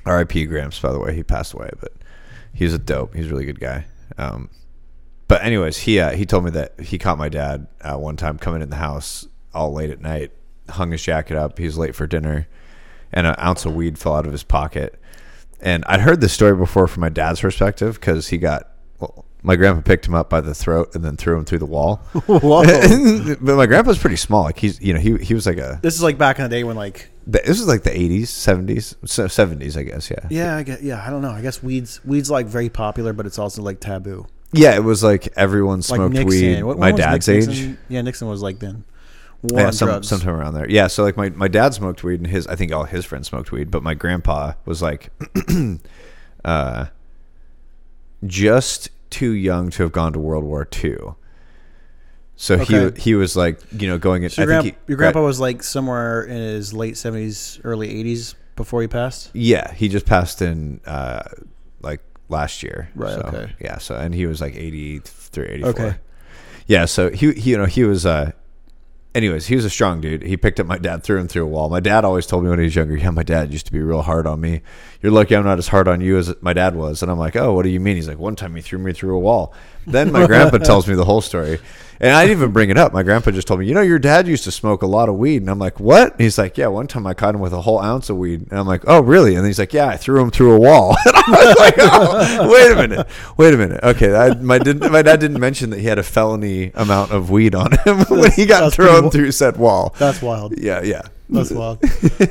[SPEAKER 2] R.I.P. Gramps. By the way, he passed away, but he's a dope. He's a really good guy. Um, but anyways, he uh, he told me that he caught my dad uh, one time coming in the house all late at night, hung his jacket up. He was late for dinner, and an ounce of weed fell out of his pocket. And I'd heard this story before from my dad's perspective because he got well, my grandpa picked him up by the throat and then threw him through
[SPEAKER 1] (laughs)
[SPEAKER 2] the wall.
[SPEAKER 1] Whoa.
[SPEAKER 2] (laughs) but my grandpa's pretty small. Like he's you know he he was like a
[SPEAKER 1] This is like back in the day when like
[SPEAKER 2] this was like the eighties, seventies, seventies, I guess. Yeah.
[SPEAKER 1] Yeah, I guess, yeah, I don't know. I guess weeds weeds like very popular, but it's also like taboo.
[SPEAKER 2] Yeah, it was like everyone
[SPEAKER 1] Like
[SPEAKER 2] smoked
[SPEAKER 1] Nixon,
[SPEAKER 2] weed.
[SPEAKER 1] What-
[SPEAKER 2] my
[SPEAKER 1] when was
[SPEAKER 2] dad's
[SPEAKER 1] Nixon-
[SPEAKER 2] age.
[SPEAKER 1] Nixon- Yeah, Nixon was like then. War
[SPEAKER 2] Yeah,
[SPEAKER 1] on
[SPEAKER 2] some,
[SPEAKER 1] drugs.
[SPEAKER 2] sometime around there. Yeah, so like my, my dad smoked weed and his I think all his friends smoked weed, but my grandpa was like (clears throat) uh just too young to have gone to World War II. So
[SPEAKER 1] Okay.
[SPEAKER 2] he he was like, you know, going in
[SPEAKER 1] So your,
[SPEAKER 2] I
[SPEAKER 1] grand,
[SPEAKER 2] think he-
[SPEAKER 1] your grandpa
[SPEAKER 2] right.
[SPEAKER 1] was like somewhere in his late seventies, early eighties before he
[SPEAKER 2] (laughs)
[SPEAKER 1] passed.
[SPEAKER 2] Yeah, he just passed in uh like last year.
[SPEAKER 1] Right,
[SPEAKER 2] So,
[SPEAKER 1] okay.
[SPEAKER 2] Yeah, so and he was like 83, 84.
[SPEAKER 1] Okay.
[SPEAKER 2] Yeah, so he, he you know, he was uh anyways, he was a strong dude. He picked up my dad, threw him through a wall. My dad always told me when he was younger, yeah, my dad used to be real hard on me. You're lucky I'm not as hard on you as my dad was. And I'm like, oh, what do you mean? He's like, one time he threw me through a wall.
[SPEAKER 1] (laughs)
[SPEAKER 2] Then my grandpa tells me the whole story. And I didn't even bring it up. My grandpa just told me, you know, your dad used to smoke a lot of weed. And I'm like, what? And he's like, yeah, one time I caught him with a whole ounce of weed. And I'm like, oh, really? And he's like, yeah, I threw him through a wall. (laughs) And I was like, oh, wait a minute. Wait a minute. Okay. I, my, didn't, my dad didn't mention that he had a felony amount of weed on him (laughs) when he got
[SPEAKER 1] That's
[SPEAKER 2] thrown
[SPEAKER 1] pretty-
[SPEAKER 2] through said wall.
[SPEAKER 1] That's wild.
[SPEAKER 2] Yeah, yeah.
[SPEAKER 1] That's wild.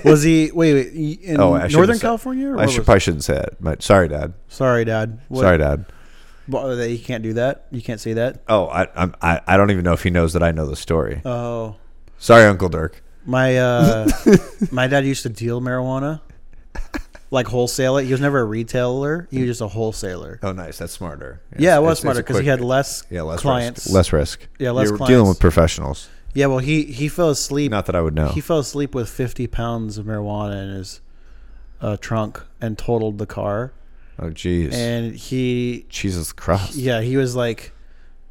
[SPEAKER 1] was he wait, wait he- in
[SPEAKER 2] Oh, I shouldn't
[SPEAKER 1] Northern
[SPEAKER 2] say-
[SPEAKER 1] California? Or
[SPEAKER 2] I
[SPEAKER 1] where
[SPEAKER 2] should,
[SPEAKER 1] was-
[SPEAKER 2] probably shouldn't say it. But sorry, Dad.
[SPEAKER 1] Sorry, Dad. What,
[SPEAKER 2] Sorry, Dad.
[SPEAKER 1] bo- that you can't do that. You can't say that.
[SPEAKER 2] Oh, I, I'm, I I don't even know if he knows that I know the story.
[SPEAKER 1] Oh,
[SPEAKER 2] Sorry, Uncle Dirk.
[SPEAKER 1] My
[SPEAKER 2] (laughs)
[SPEAKER 1] uh, my dad used to deal marijuana, like wholesale it. He was never a retailer. He was just a wholesaler.
[SPEAKER 2] Oh, nice. That's smarter.
[SPEAKER 1] yeah, it
[SPEAKER 2] It's-
[SPEAKER 1] was
[SPEAKER 2] it's-
[SPEAKER 1] smarter
[SPEAKER 2] it's a
[SPEAKER 1] because he
[SPEAKER 2] quick-
[SPEAKER 1] had less,
[SPEAKER 2] yeah less
[SPEAKER 1] clients.
[SPEAKER 2] risk. less risk.
[SPEAKER 1] Yeah, less
[SPEAKER 2] You're dealing
[SPEAKER 1] clients.
[SPEAKER 2] with professionals.
[SPEAKER 1] Yeah, well, he he fell asleep.
[SPEAKER 2] Not that I would know.
[SPEAKER 1] He fell asleep with fifty pounds of marijuana in his uh, trunk and totaled the car.
[SPEAKER 2] oh, jeez.
[SPEAKER 1] And he,
[SPEAKER 2] Jesus Christ.
[SPEAKER 1] yeah, he was like,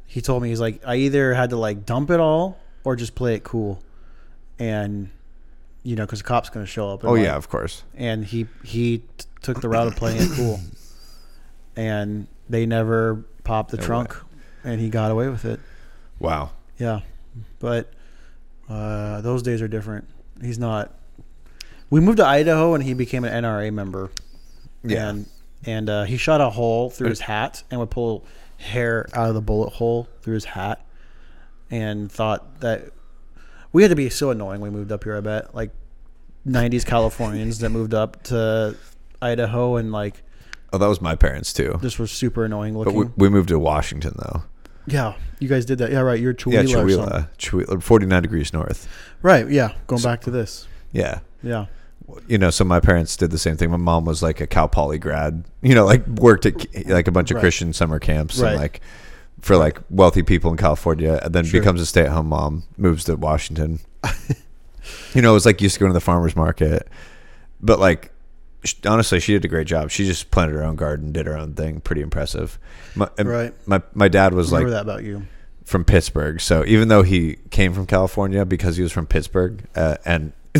[SPEAKER 1] he told me he's like, I either had to like dump it all or just play it cool, and you know, because the cops gonna show up. and,
[SPEAKER 2] oh
[SPEAKER 1] like,
[SPEAKER 2] yeah, of course.
[SPEAKER 1] and he he t- took the route of playing it
[SPEAKER 2] (coughs)
[SPEAKER 1] cool, and they never popped the
[SPEAKER 2] No
[SPEAKER 1] trunk, and he got away with it.
[SPEAKER 2] Wow.
[SPEAKER 1] Yeah, but uh, those days are different. He's not. We moved to Idaho, and he became an NRA member.
[SPEAKER 2] Yeah.
[SPEAKER 1] and, and uh, he shot a hole through his hat, and would pull hair out of the bullet hole through his hat, and thought that we had to be so annoying when we moved up here. I bet like '90s Californians that moved up to Idaho and like
[SPEAKER 2] Oh, that was my parents too.
[SPEAKER 1] just were super annoying
[SPEAKER 2] But
[SPEAKER 1] looking.
[SPEAKER 2] we, we moved to Washington though.
[SPEAKER 1] yeah, you guys did that. Yeah, right. You're Chihuahua.
[SPEAKER 2] Yeah,
[SPEAKER 1] Or something.
[SPEAKER 2] Chihuahua. Chihuahua. Forty-nine degrees north.
[SPEAKER 1] Right. Yeah. Going back to this.
[SPEAKER 2] Yeah.
[SPEAKER 1] Yeah.
[SPEAKER 2] you know, so my parents did the same thing. My mom was like a Cal Poly grad, you know, like worked at like a bunch of
[SPEAKER 1] Right.
[SPEAKER 2] Christian summer camps
[SPEAKER 1] Right.
[SPEAKER 2] and like for like wealthy people in California, and then becomes a stay at home mom, moves to Washington. (laughs) you know, it was like used to go to the farmer's market. But like, sh honestly, she did a great job. She just planted her own garden, did her own thing. Pretty impressive. My, and
[SPEAKER 1] Right.
[SPEAKER 2] My, my dad was like
[SPEAKER 1] Remember that about you.
[SPEAKER 2] from Pittsburgh. So even though he came from California because he was from Pittsburgh, uh, and (laughs)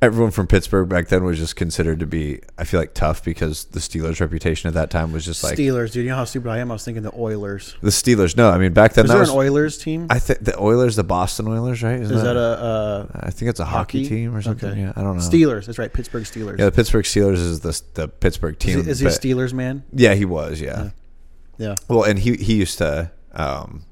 [SPEAKER 2] everyone from Pittsburgh back then was just considered to be, I feel like, tough because the Steelers' reputation at that time was just like
[SPEAKER 1] Steelers, dude. You know how stupid I am. I was thinking the Oilers.
[SPEAKER 2] the Steelers. No, I mean back then
[SPEAKER 1] Is
[SPEAKER 2] that
[SPEAKER 1] there
[SPEAKER 2] was
[SPEAKER 1] an Oilers team?
[SPEAKER 2] I think the Oilers, the Boston Oilers, right? Isn't
[SPEAKER 1] Is that a uh,
[SPEAKER 2] I think it's a hockey,
[SPEAKER 1] hockey?
[SPEAKER 2] team or something.
[SPEAKER 1] Okay.
[SPEAKER 2] Yeah, I don't know.
[SPEAKER 1] Steelers? That's right, Pittsburgh Steelers.
[SPEAKER 2] Yeah, the Pittsburgh Steelers is the the Pittsburgh team.
[SPEAKER 1] is, he- is he a
[SPEAKER 2] but-
[SPEAKER 1] Steelers man?
[SPEAKER 2] Yeah, he was. Yeah.
[SPEAKER 1] Yeah,
[SPEAKER 2] Well, and he he used to um,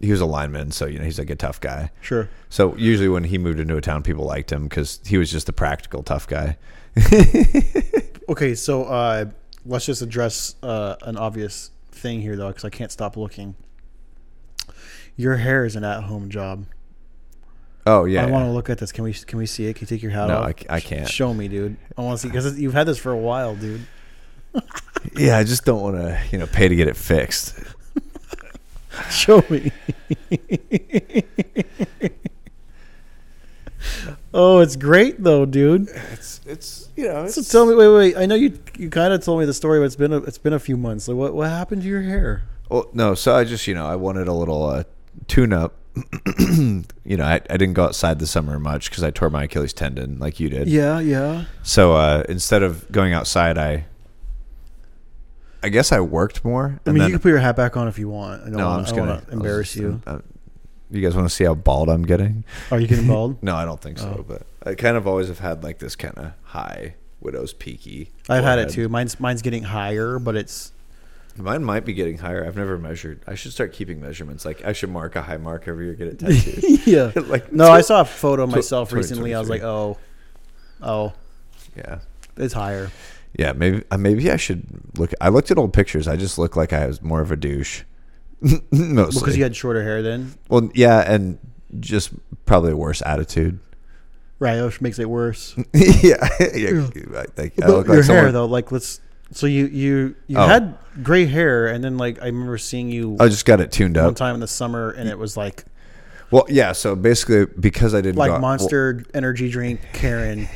[SPEAKER 2] he was a lineman, so you know he's like a tough guy.
[SPEAKER 1] sure.
[SPEAKER 2] So usually when he moved into a town, people liked him because he was just the practical tough guy.
[SPEAKER 1] Okay, so uh, let's just address uh, an obvious thing here, though, because I can't stop looking. Your hair is an at-home job.
[SPEAKER 2] Oh yeah,
[SPEAKER 1] I
[SPEAKER 2] yeah.
[SPEAKER 1] want to look at this. Can we? Can we see it? Can you take your hat
[SPEAKER 2] No,
[SPEAKER 1] off?
[SPEAKER 2] I c- I can't.
[SPEAKER 1] Show me, dude. I want to see because you've had this for a while, dude.
[SPEAKER 2] yeah. I just don't want to you know pay to get it fixed.
[SPEAKER 1] (laughs) Show me. oh, it's great though, dude.
[SPEAKER 2] It's it's you know
[SPEAKER 1] So tell me, wait, wait. I know you you kind of told me the story, but it's been a, it's been a few months. Like, what what happened to your hair?
[SPEAKER 2] Well, no. So I just, you know, I wanted a little uh, tune up. (clears throat) you know, I, I didn't go outside this summer much because I tore my Achilles tendon like you did.
[SPEAKER 1] Yeah, yeah.
[SPEAKER 2] So uh, instead of going outside, I, I guess I worked more.
[SPEAKER 1] I mean, you can put your hat back on if you want. I don't
[SPEAKER 2] no,
[SPEAKER 1] wanna,
[SPEAKER 2] I'm just
[SPEAKER 1] I don't
[SPEAKER 2] gonna
[SPEAKER 1] wanna embarrass
[SPEAKER 2] (laughs)
[SPEAKER 1] you.
[SPEAKER 2] uh, you guys want to see how bald I'm getting?
[SPEAKER 1] Are you getting
[SPEAKER 2] (laughs)
[SPEAKER 1] bald?
[SPEAKER 2] No, I don't think so.
[SPEAKER 1] Oh.
[SPEAKER 2] But I kind of always have had like this kind of high widow's peaky.
[SPEAKER 1] I've had it
[SPEAKER 2] forehead.
[SPEAKER 1] too. Mine's mine's getting higher, but it's
[SPEAKER 2] Mine might be getting higher. I've never measured. I should start keeping measurements. Like I should mark a high mark every year,
[SPEAKER 1] (laughs)
[SPEAKER 2] get it tattooed. (laughs)
[SPEAKER 1] yeah.
[SPEAKER 2] like
[SPEAKER 1] No, I saw a photo of
[SPEAKER 2] tw-
[SPEAKER 1] myself
[SPEAKER 2] twenty,
[SPEAKER 1] recently. I was like, oh, oh,
[SPEAKER 2] yeah,
[SPEAKER 1] it's higher.
[SPEAKER 2] yeah. Maybe uh, maybe I should look. I looked at old pictures. I just look like I was more of a douche. (laughs) Mostly.
[SPEAKER 1] Because you had shorter hair then,
[SPEAKER 2] well, yeah, and just probably a worse attitude. (laughs)
[SPEAKER 1] right? Which makes it worse.
[SPEAKER 2] yeah, (laughs) yeah. I,
[SPEAKER 1] But
[SPEAKER 2] think I look
[SPEAKER 1] your
[SPEAKER 2] like
[SPEAKER 1] hair
[SPEAKER 2] someone.
[SPEAKER 1] though, like let's. So you you you
[SPEAKER 2] Oh.
[SPEAKER 1] had gray hair, and then like I remember seeing you
[SPEAKER 2] I just got it tuned
[SPEAKER 1] one
[SPEAKER 2] up.
[SPEAKER 1] time in the summer, and it was like
[SPEAKER 2] Well, yeah. So basically, because I didn't
[SPEAKER 1] like
[SPEAKER 2] go out- well,
[SPEAKER 1] Monster Energy Drink, Karen.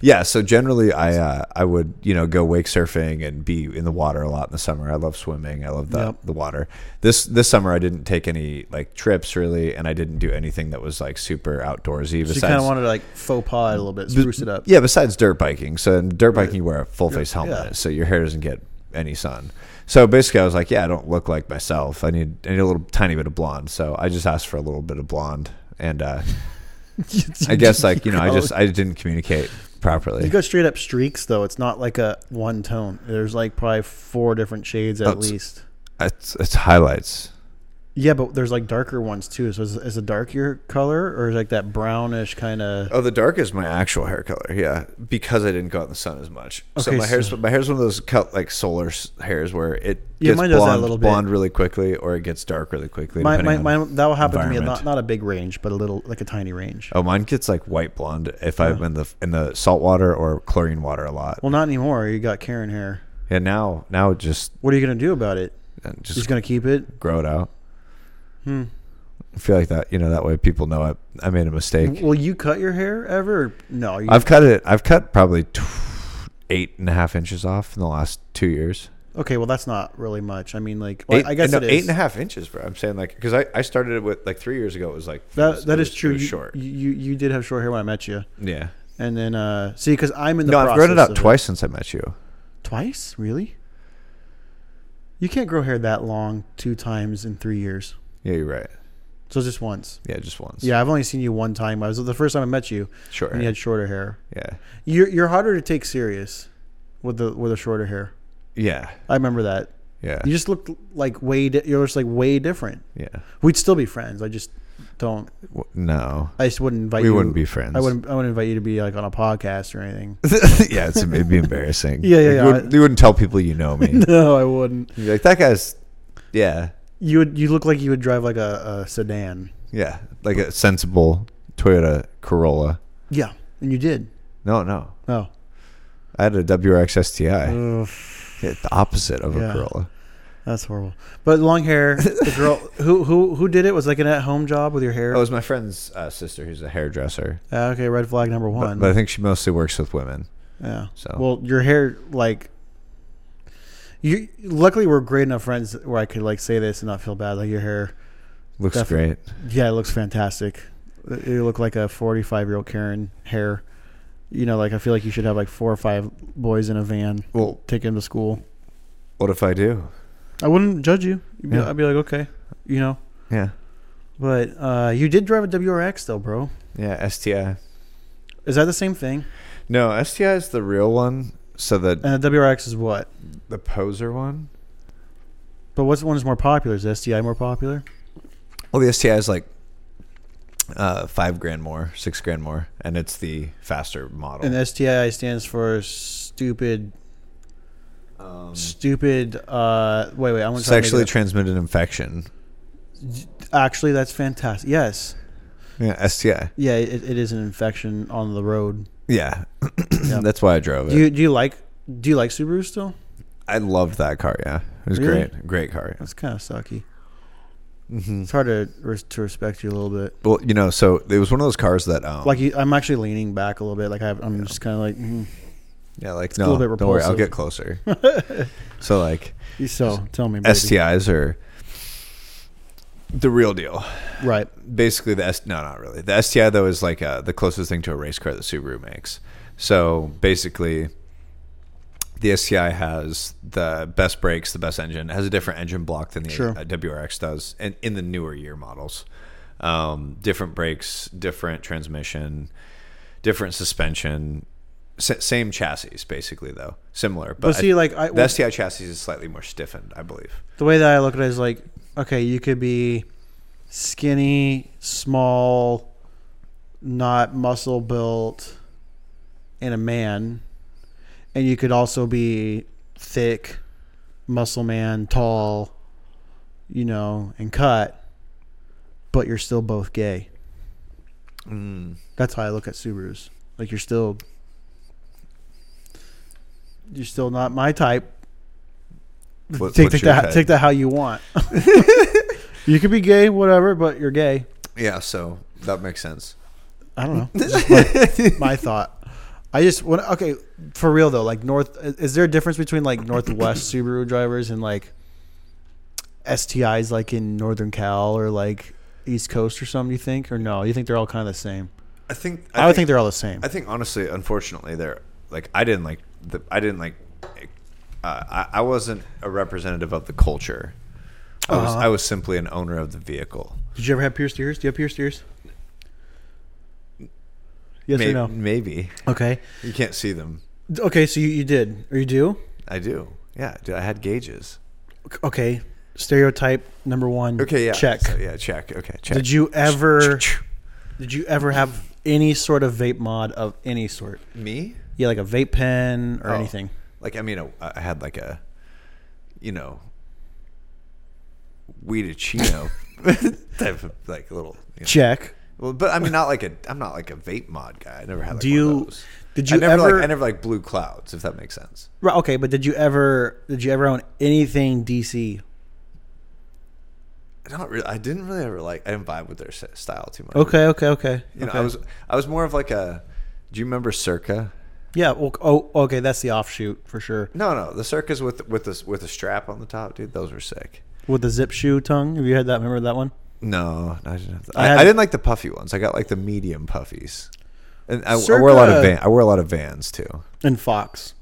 [SPEAKER 2] Yeah, so generally I uh, I would you know go wake surfing and be in the water a lot in the summer. I love swimming. I love the
[SPEAKER 1] Yep.
[SPEAKER 2] the water. This this summer I didn't take any like trips really, and I didn't do anything that was like super outdoorsy.
[SPEAKER 1] So you kind
[SPEAKER 2] Besides,
[SPEAKER 1] of wanted to like faux pas it a little bit, spruce it up.
[SPEAKER 2] yeah, besides dirt biking. So in dirt biking you wear a full face helmet,
[SPEAKER 1] yeah.
[SPEAKER 2] so your hair doesn't get any sun. So basically I was like, yeah, I don't look like myself. I need I need a little tiny bit of blonde. So I just asked for a little bit of blonde,
[SPEAKER 1] (laughs)
[SPEAKER 2] and uh, I guess like you know I just I didn't communicate properly.
[SPEAKER 1] You go straight up streaks though. It's not like a one tone. There's like probably four different shades at
[SPEAKER 2] it's-
[SPEAKER 1] least.
[SPEAKER 2] It's, it's highlights.
[SPEAKER 1] Yeah, but there's like darker ones too. So is, is a darker color or is like that brownish kind of?
[SPEAKER 2] Oh, the dark is my actual hair color. Yeah, because I didn't go out in the sun as much. so
[SPEAKER 1] Okay,
[SPEAKER 2] my hair's
[SPEAKER 1] so-
[SPEAKER 2] my hair's one of those cut like solar s- hairs where it
[SPEAKER 1] Yeah,
[SPEAKER 2] gets
[SPEAKER 1] mine does that a
[SPEAKER 2] blonde,
[SPEAKER 1] little bit.
[SPEAKER 2] blonde really quickly, or it gets dark really quickly.
[SPEAKER 1] My, my,
[SPEAKER 2] depending
[SPEAKER 1] my,
[SPEAKER 2] on
[SPEAKER 1] that will happen to me.
[SPEAKER 2] environment.
[SPEAKER 1] Not not a big range, but a little like a tiny range.
[SPEAKER 2] Oh, mine gets like white blonde if I'm in the in the salt water or chlorine water a lot.
[SPEAKER 1] Well, not anymore. You got Karen hair.
[SPEAKER 2] And now now it just
[SPEAKER 1] What are you gonna do about it?
[SPEAKER 2] it
[SPEAKER 1] She's
[SPEAKER 2] just
[SPEAKER 1] gonna Hmm. keep it.
[SPEAKER 2] grow it out. I feel like that you know that way people know I I made a mistake.
[SPEAKER 1] Will you cut your hair ever? No, you,
[SPEAKER 2] I've cut it. I've cut probably t- eight and a half inches off in the last two years.
[SPEAKER 1] okay. Well, that's not really much. I mean, like well,
[SPEAKER 2] Eight-
[SPEAKER 1] I guess
[SPEAKER 2] no,
[SPEAKER 1] it is.
[SPEAKER 2] eight and a half inches, bro. I'm saying like because I, I started it with like three years ago. It was like it was-
[SPEAKER 1] That, that
[SPEAKER 2] it
[SPEAKER 1] is
[SPEAKER 2] was- it
[SPEAKER 1] true.
[SPEAKER 2] was
[SPEAKER 1] You,
[SPEAKER 2] short.
[SPEAKER 1] you you did have short hair when I met you,
[SPEAKER 2] yeah.
[SPEAKER 1] and then uh see because I'm in the
[SPEAKER 2] No, I've grown it
[SPEAKER 1] process
[SPEAKER 2] out
[SPEAKER 1] of
[SPEAKER 2] twice since I met you.
[SPEAKER 1] Twice, really? You can't grow hair that long two times in three years.
[SPEAKER 2] Yeah, you're right.
[SPEAKER 1] So just once.
[SPEAKER 2] Yeah, just once.
[SPEAKER 1] Yeah, I've only seen you one time. I was the first time I met you.
[SPEAKER 2] Short
[SPEAKER 1] And you
[SPEAKER 2] hair.
[SPEAKER 1] had shorter hair.
[SPEAKER 2] yeah,
[SPEAKER 1] You're you're harder to take serious with the with the shorter hair.
[SPEAKER 2] yeah,
[SPEAKER 1] I remember that.
[SPEAKER 2] yeah,
[SPEAKER 1] You just looked like way. Di- you're just like way different.
[SPEAKER 2] yeah.
[SPEAKER 1] We'd still be friends. I just don't.
[SPEAKER 2] W-
[SPEAKER 1] (laughs)
[SPEAKER 2] No,
[SPEAKER 1] I just wouldn't invite.
[SPEAKER 2] we
[SPEAKER 1] you.
[SPEAKER 2] wouldn't be friends.
[SPEAKER 1] I wouldn't. I wouldn't invite you to be like on a podcast or
[SPEAKER 2] (laughs)
[SPEAKER 1] anything.
[SPEAKER 2] yeah, it's, it'd be embarrassing.
[SPEAKER 1] Yeah, yeah,
[SPEAKER 2] Like,
[SPEAKER 1] yeah.
[SPEAKER 2] You wouldn't, you wouldn't tell people you
[SPEAKER 1] (laughs)
[SPEAKER 2] know me.
[SPEAKER 1] no, I wouldn't.
[SPEAKER 2] You'd be like that guy's. Yeah,
[SPEAKER 1] You would. You look like you would drive like a, a sedan.
[SPEAKER 2] yeah, like a sensible Toyota Corolla.
[SPEAKER 1] Yeah, and you did.
[SPEAKER 2] No, no,
[SPEAKER 1] Oh,
[SPEAKER 2] I had a WRX STI.
[SPEAKER 1] Ugh.
[SPEAKER 2] Yeah, the opposite of
[SPEAKER 1] Yeah.
[SPEAKER 2] a Corolla.
[SPEAKER 1] That's horrible. But long hair, the
[SPEAKER 2] (laughs)
[SPEAKER 1] girl who who who did it was like an at-home job with your hair.
[SPEAKER 2] That was my friend's uh, sister, who's a hairdresser,
[SPEAKER 1] Uh, okay, red flag number one.
[SPEAKER 2] but I think she mostly works with women.
[SPEAKER 1] yeah.
[SPEAKER 2] so-
[SPEAKER 1] well, your hair like. You luckily we're great enough friends where I could like say this and not feel bad. Like your hair,
[SPEAKER 2] Looks
[SPEAKER 1] Definitely.
[SPEAKER 2] great.
[SPEAKER 1] yeah, it looks fantastic. You look like a forty-five-year-old Karen hair. You know, like I feel like you should have like four or five boys in a van,
[SPEAKER 2] Well,
[SPEAKER 1] take them to school.
[SPEAKER 2] what if I do?
[SPEAKER 1] I wouldn't judge you. You'd be-
[SPEAKER 2] Yeah.
[SPEAKER 1] I'd be like, okay, you know.
[SPEAKER 2] Yeah,
[SPEAKER 1] But uh, you did drive a WRX though, bro.
[SPEAKER 2] yeah. STI.
[SPEAKER 1] Is that the same thing?
[SPEAKER 2] No, STI is the real one. So the
[SPEAKER 1] And a WRX is what?
[SPEAKER 2] the poser one.
[SPEAKER 1] But what's one is more popular? Is the STI more popular?
[SPEAKER 2] Well, the STI is like uh, five grand more, six grand more, and it's the faster model.
[SPEAKER 1] And STI stands for stupid,
[SPEAKER 2] um,
[SPEAKER 1] stupid. Uh, wait, wait. I want to
[SPEAKER 2] sexually transmitted infection.
[SPEAKER 1] Actually, that's fantastic. Yes,
[SPEAKER 2] Yeah, STI.
[SPEAKER 1] yeah. It, it is an infection on the road. (coughs)
[SPEAKER 2] Yeah, that's why I drove it.
[SPEAKER 1] Do you do you like do you like Subaru still?
[SPEAKER 2] I loved that car. Yeah, it was
[SPEAKER 1] Really?
[SPEAKER 2] great. Great car.
[SPEAKER 1] That's kind of sucky. It's hard to res- to respect you a little bit.
[SPEAKER 2] Well, you know, so it was one of those cars that, um,
[SPEAKER 1] Like you, I'm actually leaning back a little bit. Like I have, I'm just kind of like mm.
[SPEAKER 2] yeah, like
[SPEAKER 1] a
[SPEAKER 2] no,
[SPEAKER 1] little bit
[SPEAKER 2] don't worry, I'll
[SPEAKER 1] repulsive.
[SPEAKER 2] get closer. so like
[SPEAKER 1] so. Tell me, baby.
[SPEAKER 2] STIs are the real deal.
[SPEAKER 1] Right.
[SPEAKER 2] Basically, the S no, not really. The STI though is like uh, the closest thing to a race car that Subaru makes. So basically, the STI has the best brakes, the best engine. It has a different engine block than the
[SPEAKER 1] Sure.
[SPEAKER 2] uh, WRX does, and in the newer year models, um, different brakes, different transmission, different suspension. S- same chassis, basically, though similar. But,
[SPEAKER 1] see, like, I-
[SPEAKER 2] the STI chassis is slightly more stiffened, I believe.
[SPEAKER 1] the way that I look at it is like, okay, you could be skinny, small, not muscle built, and a man, and you could also be thick, muscle man, tall, you know, and cut, but you're still both gay.
[SPEAKER 2] Mm.
[SPEAKER 1] That's how I look at Subarus. Like you're still, you're still not my type,
[SPEAKER 2] What-
[SPEAKER 1] take
[SPEAKER 2] what's
[SPEAKER 1] take
[SPEAKER 2] your
[SPEAKER 1] that
[SPEAKER 2] cut?
[SPEAKER 1] take that how you
[SPEAKER 2] (laughs)
[SPEAKER 1] want. you could be gay, whatever, but you're gay.
[SPEAKER 2] Yeah, so that makes sense.
[SPEAKER 1] I don't know. It's just my, (laughs) my thought. I just want okay for real though. Like north, is there a difference between like Northwest Subaru drivers and like STIs like in Northern Cal or like East Coast or something? You think or no? You think they're all kind of the same?
[SPEAKER 2] I think
[SPEAKER 1] I, would think they're all the same.
[SPEAKER 2] I think honestly, unfortunately, they're like I didn't like the I didn't like uh, I, I wasn't a representative of the culture. I was I was simply an owner of the vehicle.
[SPEAKER 1] Did you ever have pierced ears? Do you have pierced ears? Yes
[SPEAKER 2] May-
[SPEAKER 1] or no?
[SPEAKER 2] Maybe
[SPEAKER 1] Okay.
[SPEAKER 2] you can't see them.
[SPEAKER 1] D- Okay. So you, you did or you do?
[SPEAKER 2] I do. Yeah, dude, I had gauges.
[SPEAKER 1] Okay. Stereotype number one.
[SPEAKER 2] Okay, yeah.
[SPEAKER 1] Check.
[SPEAKER 2] So, yeah, check. Okay, check.
[SPEAKER 1] Did you ever? did you ever have any sort of vape mod of any sort?
[SPEAKER 2] me?
[SPEAKER 1] Yeah, like a vape pen or
[SPEAKER 2] Oh.
[SPEAKER 1] anything.
[SPEAKER 2] Like I mean, I I had like a, you know, weedachino type of like little. You know,
[SPEAKER 1] Check.
[SPEAKER 2] Well, but I mean, not like a. I'm not like a vape mod guy. I never had. Like
[SPEAKER 1] Do
[SPEAKER 2] one
[SPEAKER 1] you-
[SPEAKER 2] Of those.
[SPEAKER 1] did
[SPEAKER 2] I
[SPEAKER 1] you
[SPEAKER 2] never
[SPEAKER 1] ever-
[SPEAKER 2] Like, I never like blue clouds, if that makes sense.
[SPEAKER 1] Right, okay, but did you ever did you ever own anything DC?
[SPEAKER 2] Not really. I didn't really ever like. I didn't vibe with their s- style too much.
[SPEAKER 1] Okay, okay, okay.
[SPEAKER 2] You know,
[SPEAKER 1] okay.
[SPEAKER 2] I was. I was more of like a. Do you remember Circa?
[SPEAKER 1] yeah. Well, oh, okay. That's the offshoot for sure.
[SPEAKER 2] No, no, the Circas with with this with a strap on the top, dude. Those were sick.
[SPEAKER 1] With the zip shoe tongue. Have you had that? Remember that one?
[SPEAKER 2] No, I didn't. Have the,
[SPEAKER 1] I
[SPEAKER 2] I,
[SPEAKER 1] had-
[SPEAKER 2] I didn't like the puffy ones. I got like the medium puffies. And I, I wore a lot of
[SPEAKER 1] Circa-
[SPEAKER 2] van. I wore a lot of Vans too.
[SPEAKER 1] And Fox.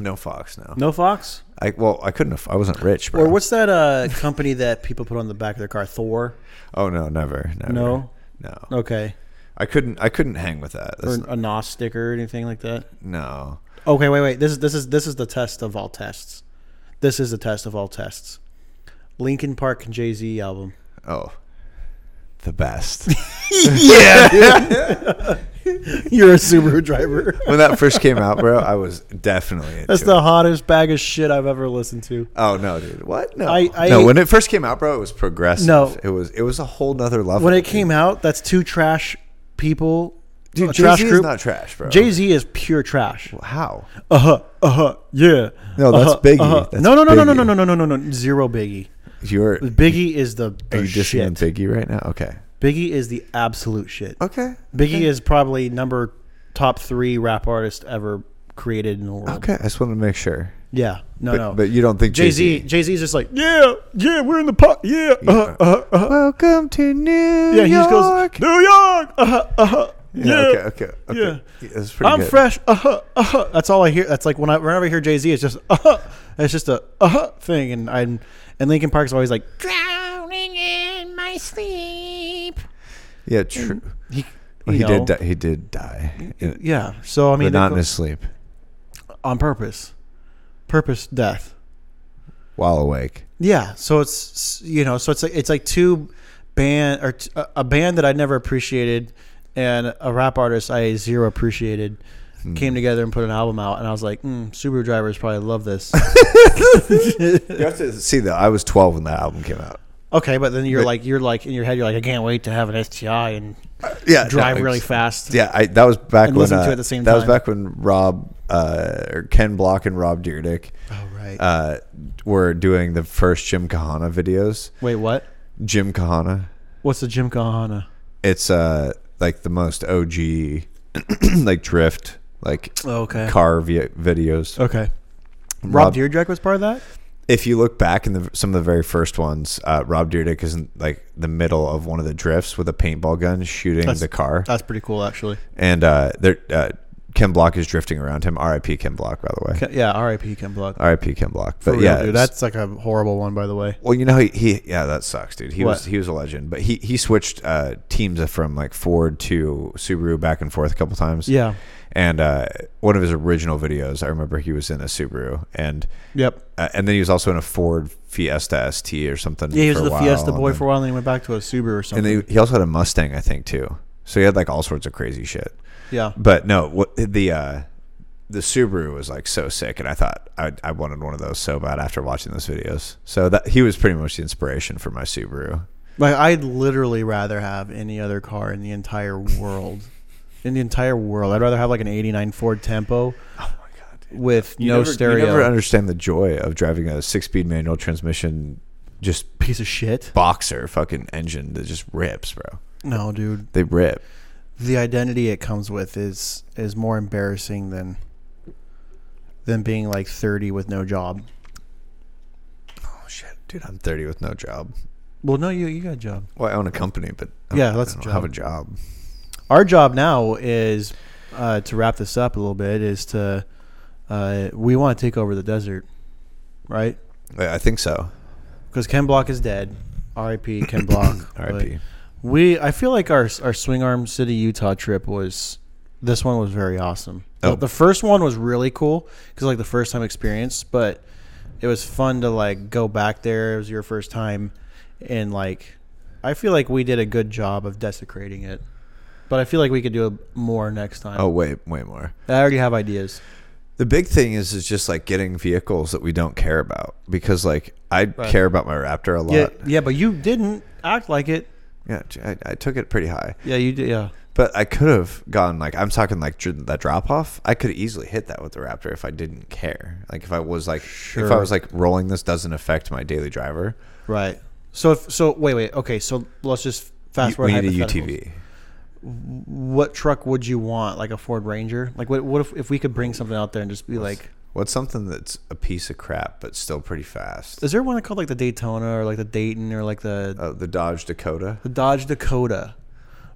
[SPEAKER 2] No Fox, no.
[SPEAKER 1] No Fox.
[SPEAKER 2] I well, I couldn't. aff- I wasn't rich, bro.
[SPEAKER 1] Or what's that uh, company that people put on the back of their car? Thor.
[SPEAKER 2] Oh no, never, never.
[SPEAKER 1] No?
[SPEAKER 2] no.
[SPEAKER 1] Okay.
[SPEAKER 2] I couldn't. I couldn't hang with that.
[SPEAKER 1] Or
[SPEAKER 2] That's,
[SPEAKER 1] a NOS sticker or anything like that.
[SPEAKER 2] no.
[SPEAKER 1] Okay, wait, wait. This is this is this is the test of all tests. This is the test of all tests. Linkin Park and Jay Z
[SPEAKER 2] (laughs)
[SPEAKER 1] album.
[SPEAKER 2] Oh, the best.
[SPEAKER 1] You're a Subaru driver.
[SPEAKER 2] when that first came out, bro, I was definitely. Into
[SPEAKER 1] (laughs) That's
[SPEAKER 2] it.
[SPEAKER 1] the hottest bag of shit I've ever listened to.
[SPEAKER 2] Oh no, dude! What? No,
[SPEAKER 1] I- I-
[SPEAKER 2] no. When it first came out, bro, it was progressive.
[SPEAKER 1] No.
[SPEAKER 2] it was it was a whole nother level.
[SPEAKER 1] When it
[SPEAKER 2] dude.
[SPEAKER 1] came out, that's two trash people
[SPEAKER 2] Dude,
[SPEAKER 1] a
[SPEAKER 2] Jay
[SPEAKER 1] trash
[SPEAKER 2] Z is
[SPEAKER 1] group.
[SPEAKER 2] not trash, bro.
[SPEAKER 1] Jay Z is pure trash.
[SPEAKER 2] how?
[SPEAKER 1] Uh huh. Uh huh. Yeah.
[SPEAKER 2] No, that's
[SPEAKER 1] Uh-huh,
[SPEAKER 2] Biggie.
[SPEAKER 1] uh-huh.
[SPEAKER 2] That's
[SPEAKER 1] no, no, no, no, no,
[SPEAKER 2] Biggie.
[SPEAKER 1] no, no, no, no, no, no. Zero Biggie.
[SPEAKER 2] You're are
[SPEAKER 1] Biggie is the, the
[SPEAKER 2] you dissing
[SPEAKER 1] shit.
[SPEAKER 2] the Biggie right now? Okay,
[SPEAKER 1] Biggie is the absolute shit.
[SPEAKER 2] okay,
[SPEAKER 1] Biggie is probably number top three rap artist ever created in the world.
[SPEAKER 2] okay. I just wanted to make sure.
[SPEAKER 1] Yeah. No,
[SPEAKER 2] But,
[SPEAKER 1] no.
[SPEAKER 2] but you don't think
[SPEAKER 1] Jay Z. Jay Z's just like yeah, yeah. We're in the pot. Yeah. Uh, uh, uh.
[SPEAKER 2] Welcome to New
[SPEAKER 1] Yeah.
[SPEAKER 2] York.
[SPEAKER 1] He just goes New York. Uh huh. Uh huh. Yeah.
[SPEAKER 2] Yeah, okay, okay, okay.
[SPEAKER 1] yeah.
[SPEAKER 2] That's pretty
[SPEAKER 1] I'm
[SPEAKER 2] good.
[SPEAKER 1] fresh. Uh huh. Uh huh. That's all I hear. That's like when I, whenever I hear Jay Z, it's just uh huh. It's just a uh huh thing, and I'm and Lincoln Park's always like
[SPEAKER 4] drowning in my sleep.
[SPEAKER 2] Yeah, true.
[SPEAKER 1] he.
[SPEAKER 2] Well,
[SPEAKER 1] you
[SPEAKER 2] he
[SPEAKER 1] know.
[SPEAKER 2] did. Di- he did die. In-
[SPEAKER 1] Yeah. So I mean,
[SPEAKER 2] but not in
[SPEAKER 1] that-
[SPEAKER 2] his sleep.
[SPEAKER 1] on purpose. Purpose death.
[SPEAKER 2] While awake.
[SPEAKER 1] Yeah, so it's you know, so it's like it's like two band or t- a- a band that I never appreciated and a rap artist I zero appreciated
[SPEAKER 2] Hmm.
[SPEAKER 1] came together and put an album out, and I was like, mm, Subaru drivers probably love
[SPEAKER 2] (laughs)
[SPEAKER 1] this.
[SPEAKER 2] You have to see though. I was 12 when that album came out.
[SPEAKER 1] okay, but then you're
[SPEAKER 2] But-
[SPEAKER 1] like, you're like in your head, you're like, I can't wait to have an STI and
[SPEAKER 2] Yeah, no,
[SPEAKER 1] drive
[SPEAKER 2] ex-
[SPEAKER 1] really fast.
[SPEAKER 2] Yeah, I, that was back
[SPEAKER 1] And
[SPEAKER 2] when
[SPEAKER 1] listen to
[SPEAKER 2] uh,
[SPEAKER 1] it at the same
[SPEAKER 2] that was
[SPEAKER 1] time.
[SPEAKER 2] back when Rob uh, or Ken Block and Rob Dyrdek
[SPEAKER 1] Oh right.
[SPEAKER 2] uh, were doing the first Jim Kahana videos.
[SPEAKER 1] wait, what?
[SPEAKER 2] Jim Kahana,
[SPEAKER 1] What's the Jim Kahana?
[SPEAKER 2] it's uh like the most OG (clears throat) like drift like
[SPEAKER 1] Okay.
[SPEAKER 2] car vi- videos.
[SPEAKER 1] okay. Oh, Rob,
[SPEAKER 2] Rob-
[SPEAKER 1] Dyrdek was part of that.
[SPEAKER 2] If you look back in the, some of the very first ones, uh, Rob Dyrdek is in like the middle of one of the drifts with a paintball gun shooting
[SPEAKER 1] That's-
[SPEAKER 2] the car.
[SPEAKER 1] That's pretty cool, actually.
[SPEAKER 2] and uh, there, uh, Ken Block is drifting around him. R.I.P. Ken Block, by the way.
[SPEAKER 1] Ke- Yeah, R.I.P. Ken Block.
[SPEAKER 2] R.I.P. Ken Block.
[SPEAKER 1] For
[SPEAKER 2] But
[SPEAKER 1] real,
[SPEAKER 2] yeah,
[SPEAKER 1] dude,
[SPEAKER 2] it's-
[SPEAKER 1] that's like a horrible one, by the way.
[SPEAKER 2] well, you know, he, he yeah, that sucks, dude. He
[SPEAKER 1] What?
[SPEAKER 2] was he was a legend, but he he switched uh, teams from like Ford to Subaru back and forth a couple times.
[SPEAKER 1] Yeah.
[SPEAKER 2] and uh, one of his original videos, I remember he was in a Subaru, and
[SPEAKER 1] Yep.
[SPEAKER 2] uh, and then he was also in a Ford Fiesta ST or something.
[SPEAKER 1] Yeah, he was
[SPEAKER 2] for a
[SPEAKER 1] the
[SPEAKER 2] while,
[SPEAKER 1] Fiesta boy
[SPEAKER 2] and
[SPEAKER 1] for a while, and then he went back to a Subaru or
[SPEAKER 2] then-
[SPEAKER 1] something.
[SPEAKER 2] And they, he also had a Mustang, I think, too. So he had like all sorts of crazy shit.
[SPEAKER 1] yeah,
[SPEAKER 2] But no, what the uh, the Subaru was like so sick, and I thought I, I wanted one of those so bad after watching those videos. So that he was pretty much the inspiration for my Subaru.
[SPEAKER 1] like I'd literally rather have any other car in the entire world, (laughs) in the entire world. I'd rather have like an '89 Ford
[SPEAKER 2] Oh
[SPEAKER 1] Tempo with no
[SPEAKER 2] never,
[SPEAKER 1] stereo,
[SPEAKER 2] You never understand the joy of driving a six-speed manual transmission, just
[SPEAKER 1] piece of shit.
[SPEAKER 2] boxer fucking engine that just rips, bro.
[SPEAKER 1] No, dude,
[SPEAKER 2] They rip.
[SPEAKER 1] the identity it comes with is is more embarrassing than than being like 30 with no job.
[SPEAKER 2] Oh shit, dude! I'm 30 with no job.
[SPEAKER 1] Well, no, you you got a job.
[SPEAKER 2] Well, I own a company, but I
[SPEAKER 1] Yeah,
[SPEAKER 2] don't-
[SPEAKER 1] that's
[SPEAKER 2] I
[SPEAKER 1] a
[SPEAKER 2] don't
[SPEAKER 1] job.
[SPEAKER 2] have a job.
[SPEAKER 1] our job now is uh, to wrap this up a little bit is to uh, we want to take over the desert right
[SPEAKER 2] Yeah, I think so.
[SPEAKER 1] because ken block is dead rip ken block
[SPEAKER 2] R.I.P.
[SPEAKER 1] But we i feel like our our swing arm city utah trip was this one was very awesome
[SPEAKER 2] Oh.
[SPEAKER 1] The- the first one was really cool because like the first time experience but it was fun to like go back there it was your first time and like i feel like we did a good job of desecrating it but i feel like we could do a, more next time
[SPEAKER 2] oh wait, way more.
[SPEAKER 1] I already have ideas.
[SPEAKER 2] The big thing is is just like getting vehicles that we don't care about because like I
[SPEAKER 1] Right.
[SPEAKER 2] care about my Raptor a lot.
[SPEAKER 1] Yeah,
[SPEAKER 2] Yeah,
[SPEAKER 1] yeah, but you didn't act like it.
[SPEAKER 2] I, I took it pretty high,
[SPEAKER 1] Yeah, you did. Yeah,
[SPEAKER 2] but I could have gone like I'm talking like dr- that drop off. I could easily hit that with the Raptor if I didn't care. Like if I was like if I
[SPEAKER 1] Sure.
[SPEAKER 2] was like rolling this doesn't affect my daily driver.
[SPEAKER 1] right. So, if, so wait, wait. Okay, so let's just fast
[SPEAKER 2] you-
[SPEAKER 1] forward.
[SPEAKER 2] we need a
[SPEAKER 1] hypotheticals.
[SPEAKER 2] UTV.
[SPEAKER 1] What truck would you want? Like a Ford Ranger? Like what? What if, if we could bring something out there and just be like,
[SPEAKER 2] What's something that's a piece of crap but still pretty fast?
[SPEAKER 1] is there one called like the Daytona or like the Dayton or like the
[SPEAKER 2] Uh, the Dodge Dakota.
[SPEAKER 1] the Dodge Dakota?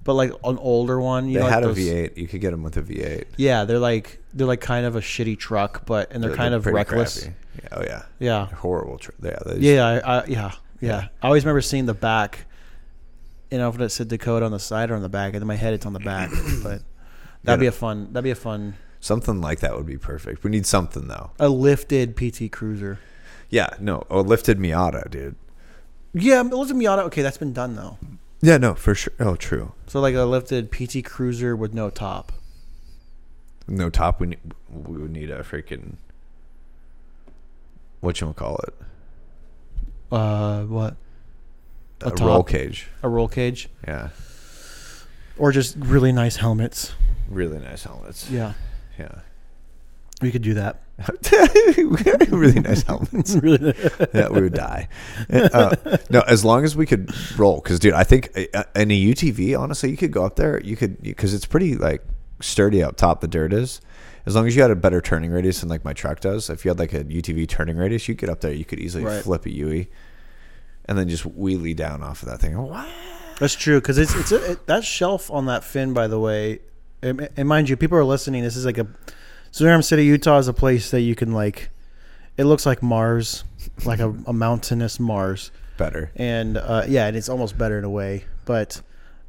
[SPEAKER 1] But like an older one. You
[SPEAKER 2] They
[SPEAKER 1] know, like
[SPEAKER 2] had
[SPEAKER 1] those-
[SPEAKER 2] a V8. You could get them with a V8.
[SPEAKER 1] Yeah, they're like they're like kind of a shitty truck, but and they're, kind of
[SPEAKER 2] pretty
[SPEAKER 1] reckless.
[SPEAKER 2] crappy. Yeah, Oh yeah,
[SPEAKER 1] Yeah.
[SPEAKER 2] horrible. Tr- yeah, they just-
[SPEAKER 1] Yeah, I, I, yeah, yeah. I always remember seeing the back. You know, if it said Dakota on the side or on the back, and in my head it's on the back. But
[SPEAKER 2] (clears throat)
[SPEAKER 1] that'd be a fun. That'd be a fun.
[SPEAKER 2] Something like that would be perfect. We need something though.
[SPEAKER 1] A lifted PT Cruiser.
[SPEAKER 2] Yeah, no, a lifted Miata, dude.
[SPEAKER 1] Yeah, but it was a Miata. Okay, that's been done though.
[SPEAKER 2] Yeah, no, for sure. Oh, true.
[SPEAKER 1] So like a lifted PT Cruiser with no top.
[SPEAKER 2] No top. We need, we would need a freaking what you call it?
[SPEAKER 1] Uh, what?
[SPEAKER 2] A,
[SPEAKER 1] top?
[SPEAKER 2] roll cage.
[SPEAKER 1] A roll cage
[SPEAKER 2] Yeah,
[SPEAKER 1] or just really nice helmets.
[SPEAKER 2] Really nice helmets.
[SPEAKER 1] Yeah,
[SPEAKER 2] Yeah. (laughs)
[SPEAKER 1] we could do that. (laughs)
[SPEAKER 2] really nice helmets.
[SPEAKER 1] really,
[SPEAKER 2] yeah, we would die. Uh, no, as long as we could roll, because dude, I think uh, in a UTV, honestly, you could go up there. You could because it's pretty like sturdy up top. The dirt is. As long as you had a better turning radius than like my truck does, if you had like a UTV turning radius, you get up there, you could easily
[SPEAKER 1] Right.
[SPEAKER 2] flip a UE, and then just wheelie down off of that thing. Wow.
[SPEAKER 1] that's true. Because it's it's a, it, that shelf on that fin, by the way, and, and mind you, people are listening. This is like a Suriname City, Utah, is a place that you can like. It looks like Mars, like a, a mountainous Mars.
[SPEAKER 2] Better.
[SPEAKER 1] and uh, yeah, and it's almost better in a way. But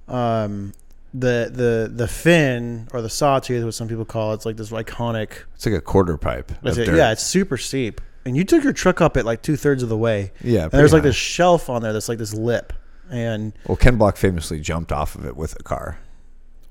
[SPEAKER 1] um, the the the fin or the sawtooth, what some people call it, it's like this iconic.
[SPEAKER 2] It's like a quarter pipe.
[SPEAKER 1] That's
[SPEAKER 2] of
[SPEAKER 1] it.
[SPEAKER 2] dirt.
[SPEAKER 1] Yeah, it's super steep, and you took your truck up at like two thirds of the way.
[SPEAKER 2] Yeah,
[SPEAKER 1] and there's
[SPEAKER 2] pretty
[SPEAKER 1] like this
[SPEAKER 2] high.
[SPEAKER 1] shelf on there that's like this lip, and
[SPEAKER 2] Well, Ken Block famously jumped off of it with a car.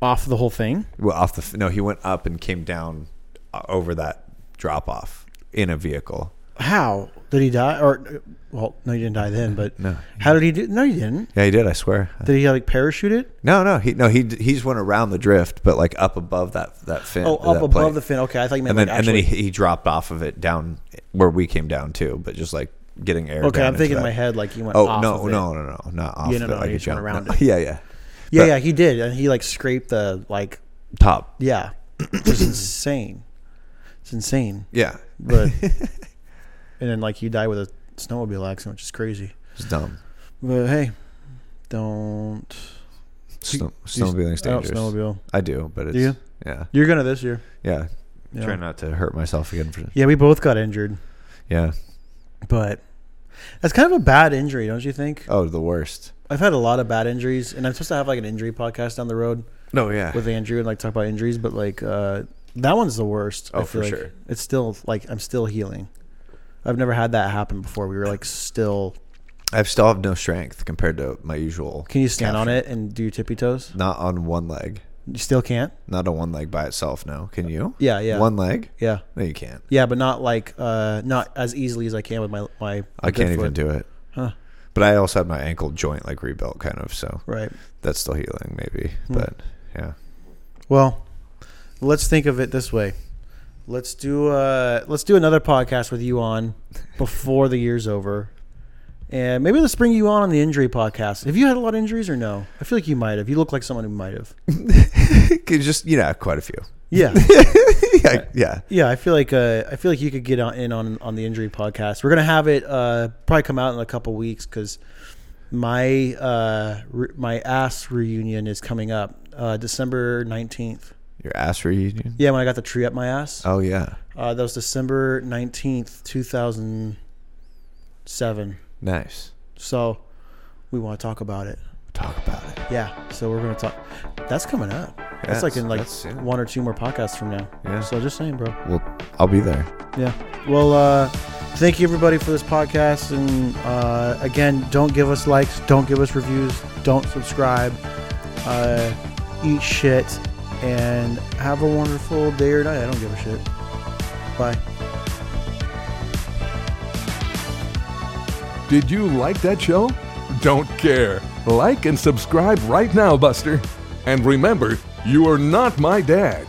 [SPEAKER 1] off the whole thing.
[SPEAKER 2] Well, off the f- no, he went up and came down uh, over that drop off in a vehicle.
[SPEAKER 1] How did he die? Or well, no, he didn't die then. But how did he do? No, he didn't.
[SPEAKER 2] Yeah, he did. I swear.
[SPEAKER 1] Did he like parachute it?
[SPEAKER 2] No, no, he no he d- he's went around the drift, but like up above that that fin.
[SPEAKER 1] Oh,
[SPEAKER 2] that
[SPEAKER 1] up above
[SPEAKER 2] plate.
[SPEAKER 1] the fin. Okay, I thought you meant
[SPEAKER 2] And then
[SPEAKER 1] like
[SPEAKER 2] and then
[SPEAKER 1] actually-
[SPEAKER 2] he, he dropped off of it down where we came down too, but just like getting air.
[SPEAKER 1] Okay,
[SPEAKER 2] down
[SPEAKER 1] I'm
[SPEAKER 2] into
[SPEAKER 1] thinking in
[SPEAKER 2] that.
[SPEAKER 1] my head like he went.
[SPEAKER 2] Oh
[SPEAKER 1] off
[SPEAKER 2] no
[SPEAKER 1] of it.
[SPEAKER 2] no no no not off
[SPEAKER 1] Yeah,
[SPEAKER 2] of
[SPEAKER 1] no,
[SPEAKER 2] it,
[SPEAKER 1] no,
[SPEAKER 2] like
[SPEAKER 1] he
[SPEAKER 2] a
[SPEAKER 1] just went
[SPEAKER 2] jump.
[SPEAKER 1] around
[SPEAKER 2] No,
[SPEAKER 1] it.
[SPEAKER 2] (laughs) Yeah yeah
[SPEAKER 1] Yeah,
[SPEAKER 2] But-
[SPEAKER 1] yeah, he did, and he like scraped the like.
[SPEAKER 2] top
[SPEAKER 1] Yeah, it's insane. It's insane,
[SPEAKER 2] yeah
[SPEAKER 1] but and then like you die with a snowmobile accident, which is crazy.
[SPEAKER 2] it's dumb.
[SPEAKER 1] But hey, don't
[SPEAKER 2] Snow,
[SPEAKER 1] you-
[SPEAKER 2] snowmobiling's
[SPEAKER 1] I don't
[SPEAKER 2] dangerous.
[SPEAKER 1] snowmobile.
[SPEAKER 2] I do, but it's
[SPEAKER 1] Do you?
[SPEAKER 2] yeah
[SPEAKER 1] You're gonna this year.
[SPEAKER 2] yeah.
[SPEAKER 1] Yeah.
[SPEAKER 2] Try not to hurt myself again. For,
[SPEAKER 1] Yeah, we both got injured,
[SPEAKER 2] yeah.
[SPEAKER 1] but that's kind of a bad injury, don't you think?
[SPEAKER 2] Oh, the worst.
[SPEAKER 1] I've had a lot of bad injuries, and I'm supposed to have like an injury podcast down the road
[SPEAKER 2] No, yeah.
[SPEAKER 1] with Andrew and like talk about injuries, but like uh, that one's the worst.
[SPEAKER 2] Oh,
[SPEAKER 1] I feel
[SPEAKER 2] for
[SPEAKER 1] like.
[SPEAKER 2] sure.
[SPEAKER 1] It's still like I'm still healing. I've never had that happen before. We were like still.
[SPEAKER 2] I've still have no strength compared to my usual.
[SPEAKER 1] Can you stand
[SPEAKER 2] calf
[SPEAKER 1] on it and do your tippy toes?
[SPEAKER 2] Not on one leg.
[SPEAKER 1] You still can't.
[SPEAKER 2] Not on one leg by itself. No, can you?
[SPEAKER 1] Yeah, yeah.
[SPEAKER 2] One leg?
[SPEAKER 1] Yeah,
[SPEAKER 2] No, you can't.
[SPEAKER 1] yeah, but not like uh, not as easily as I can with my my. my
[SPEAKER 2] I can't
[SPEAKER 1] good
[SPEAKER 2] even
[SPEAKER 1] foot.
[SPEAKER 2] do it.
[SPEAKER 1] Huh.
[SPEAKER 2] But I also had my ankle joint like rebuilt, kind of. So
[SPEAKER 1] Right.
[SPEAKER 2] that's still healing, maybe.
[SPEAKER 1] Hmm.
[SPEAKER 2] But yeah, (laughs)
[SPEAKER 1] Well, let's think of it this way. Let's do uh, let's do another podcast with you on before the year's over, and maybe let's bring you on on the injury podcast. Have you had a lot of injuries or no? I feel like you might have. You look like someone who might have.
[SPEAKER 2] 'Cause just you know, quite a few. (laughs)
[SPEAKER 1] Yeah,
[SPEAKER 2] yeah, yeah.
[SPEAKER 1] yeah. I feel like uh, I feel like you could get on, in on on the injury podcast. We're gonna have it uh, probably come out in a couple weeks because my uh, re- my ass reunion is coming up uh, December nineteenth.
[SPEAKER 2] Your ass reunion.
[SPEAKER 1] Yeah, when I got the tree up my ass.
[SPEAKER 2] Oh yeah,
[SPEAKER 1] Uh, that was December 19th, 2007.
[SPEAKER 2] nice.
[SPEAKER 1] So we want to talk about it.
[SPEAKER 2] Talk about it.
[SPEAKER 1] Yeah. So we're going to talk. That's coming up. that's like
[SPEAKER 2] Yes,
[SPEAKER 1] in like
[SPEAKER 2] that's soon.
[SPEAKER 1] one or two more podcasts from now.
[SPEAKER 2] Yeah.
[SPEAKER 1] So just saying, bro.
[SPEAKER 2] Well, I'll be there.
[SPEAKER 1] Yeah. Well, uh, thank you everybody for this podcast. And uh, again, don't give us likes, don't give us reviews, don't subscribe, uh, eat shit, and have a wonderful day or night. I don't give a shit. Bye.
[SPEAKER 3] Did you like that show? Don't care. Like and subscribe right now, Buster. And remember, you are not my dad.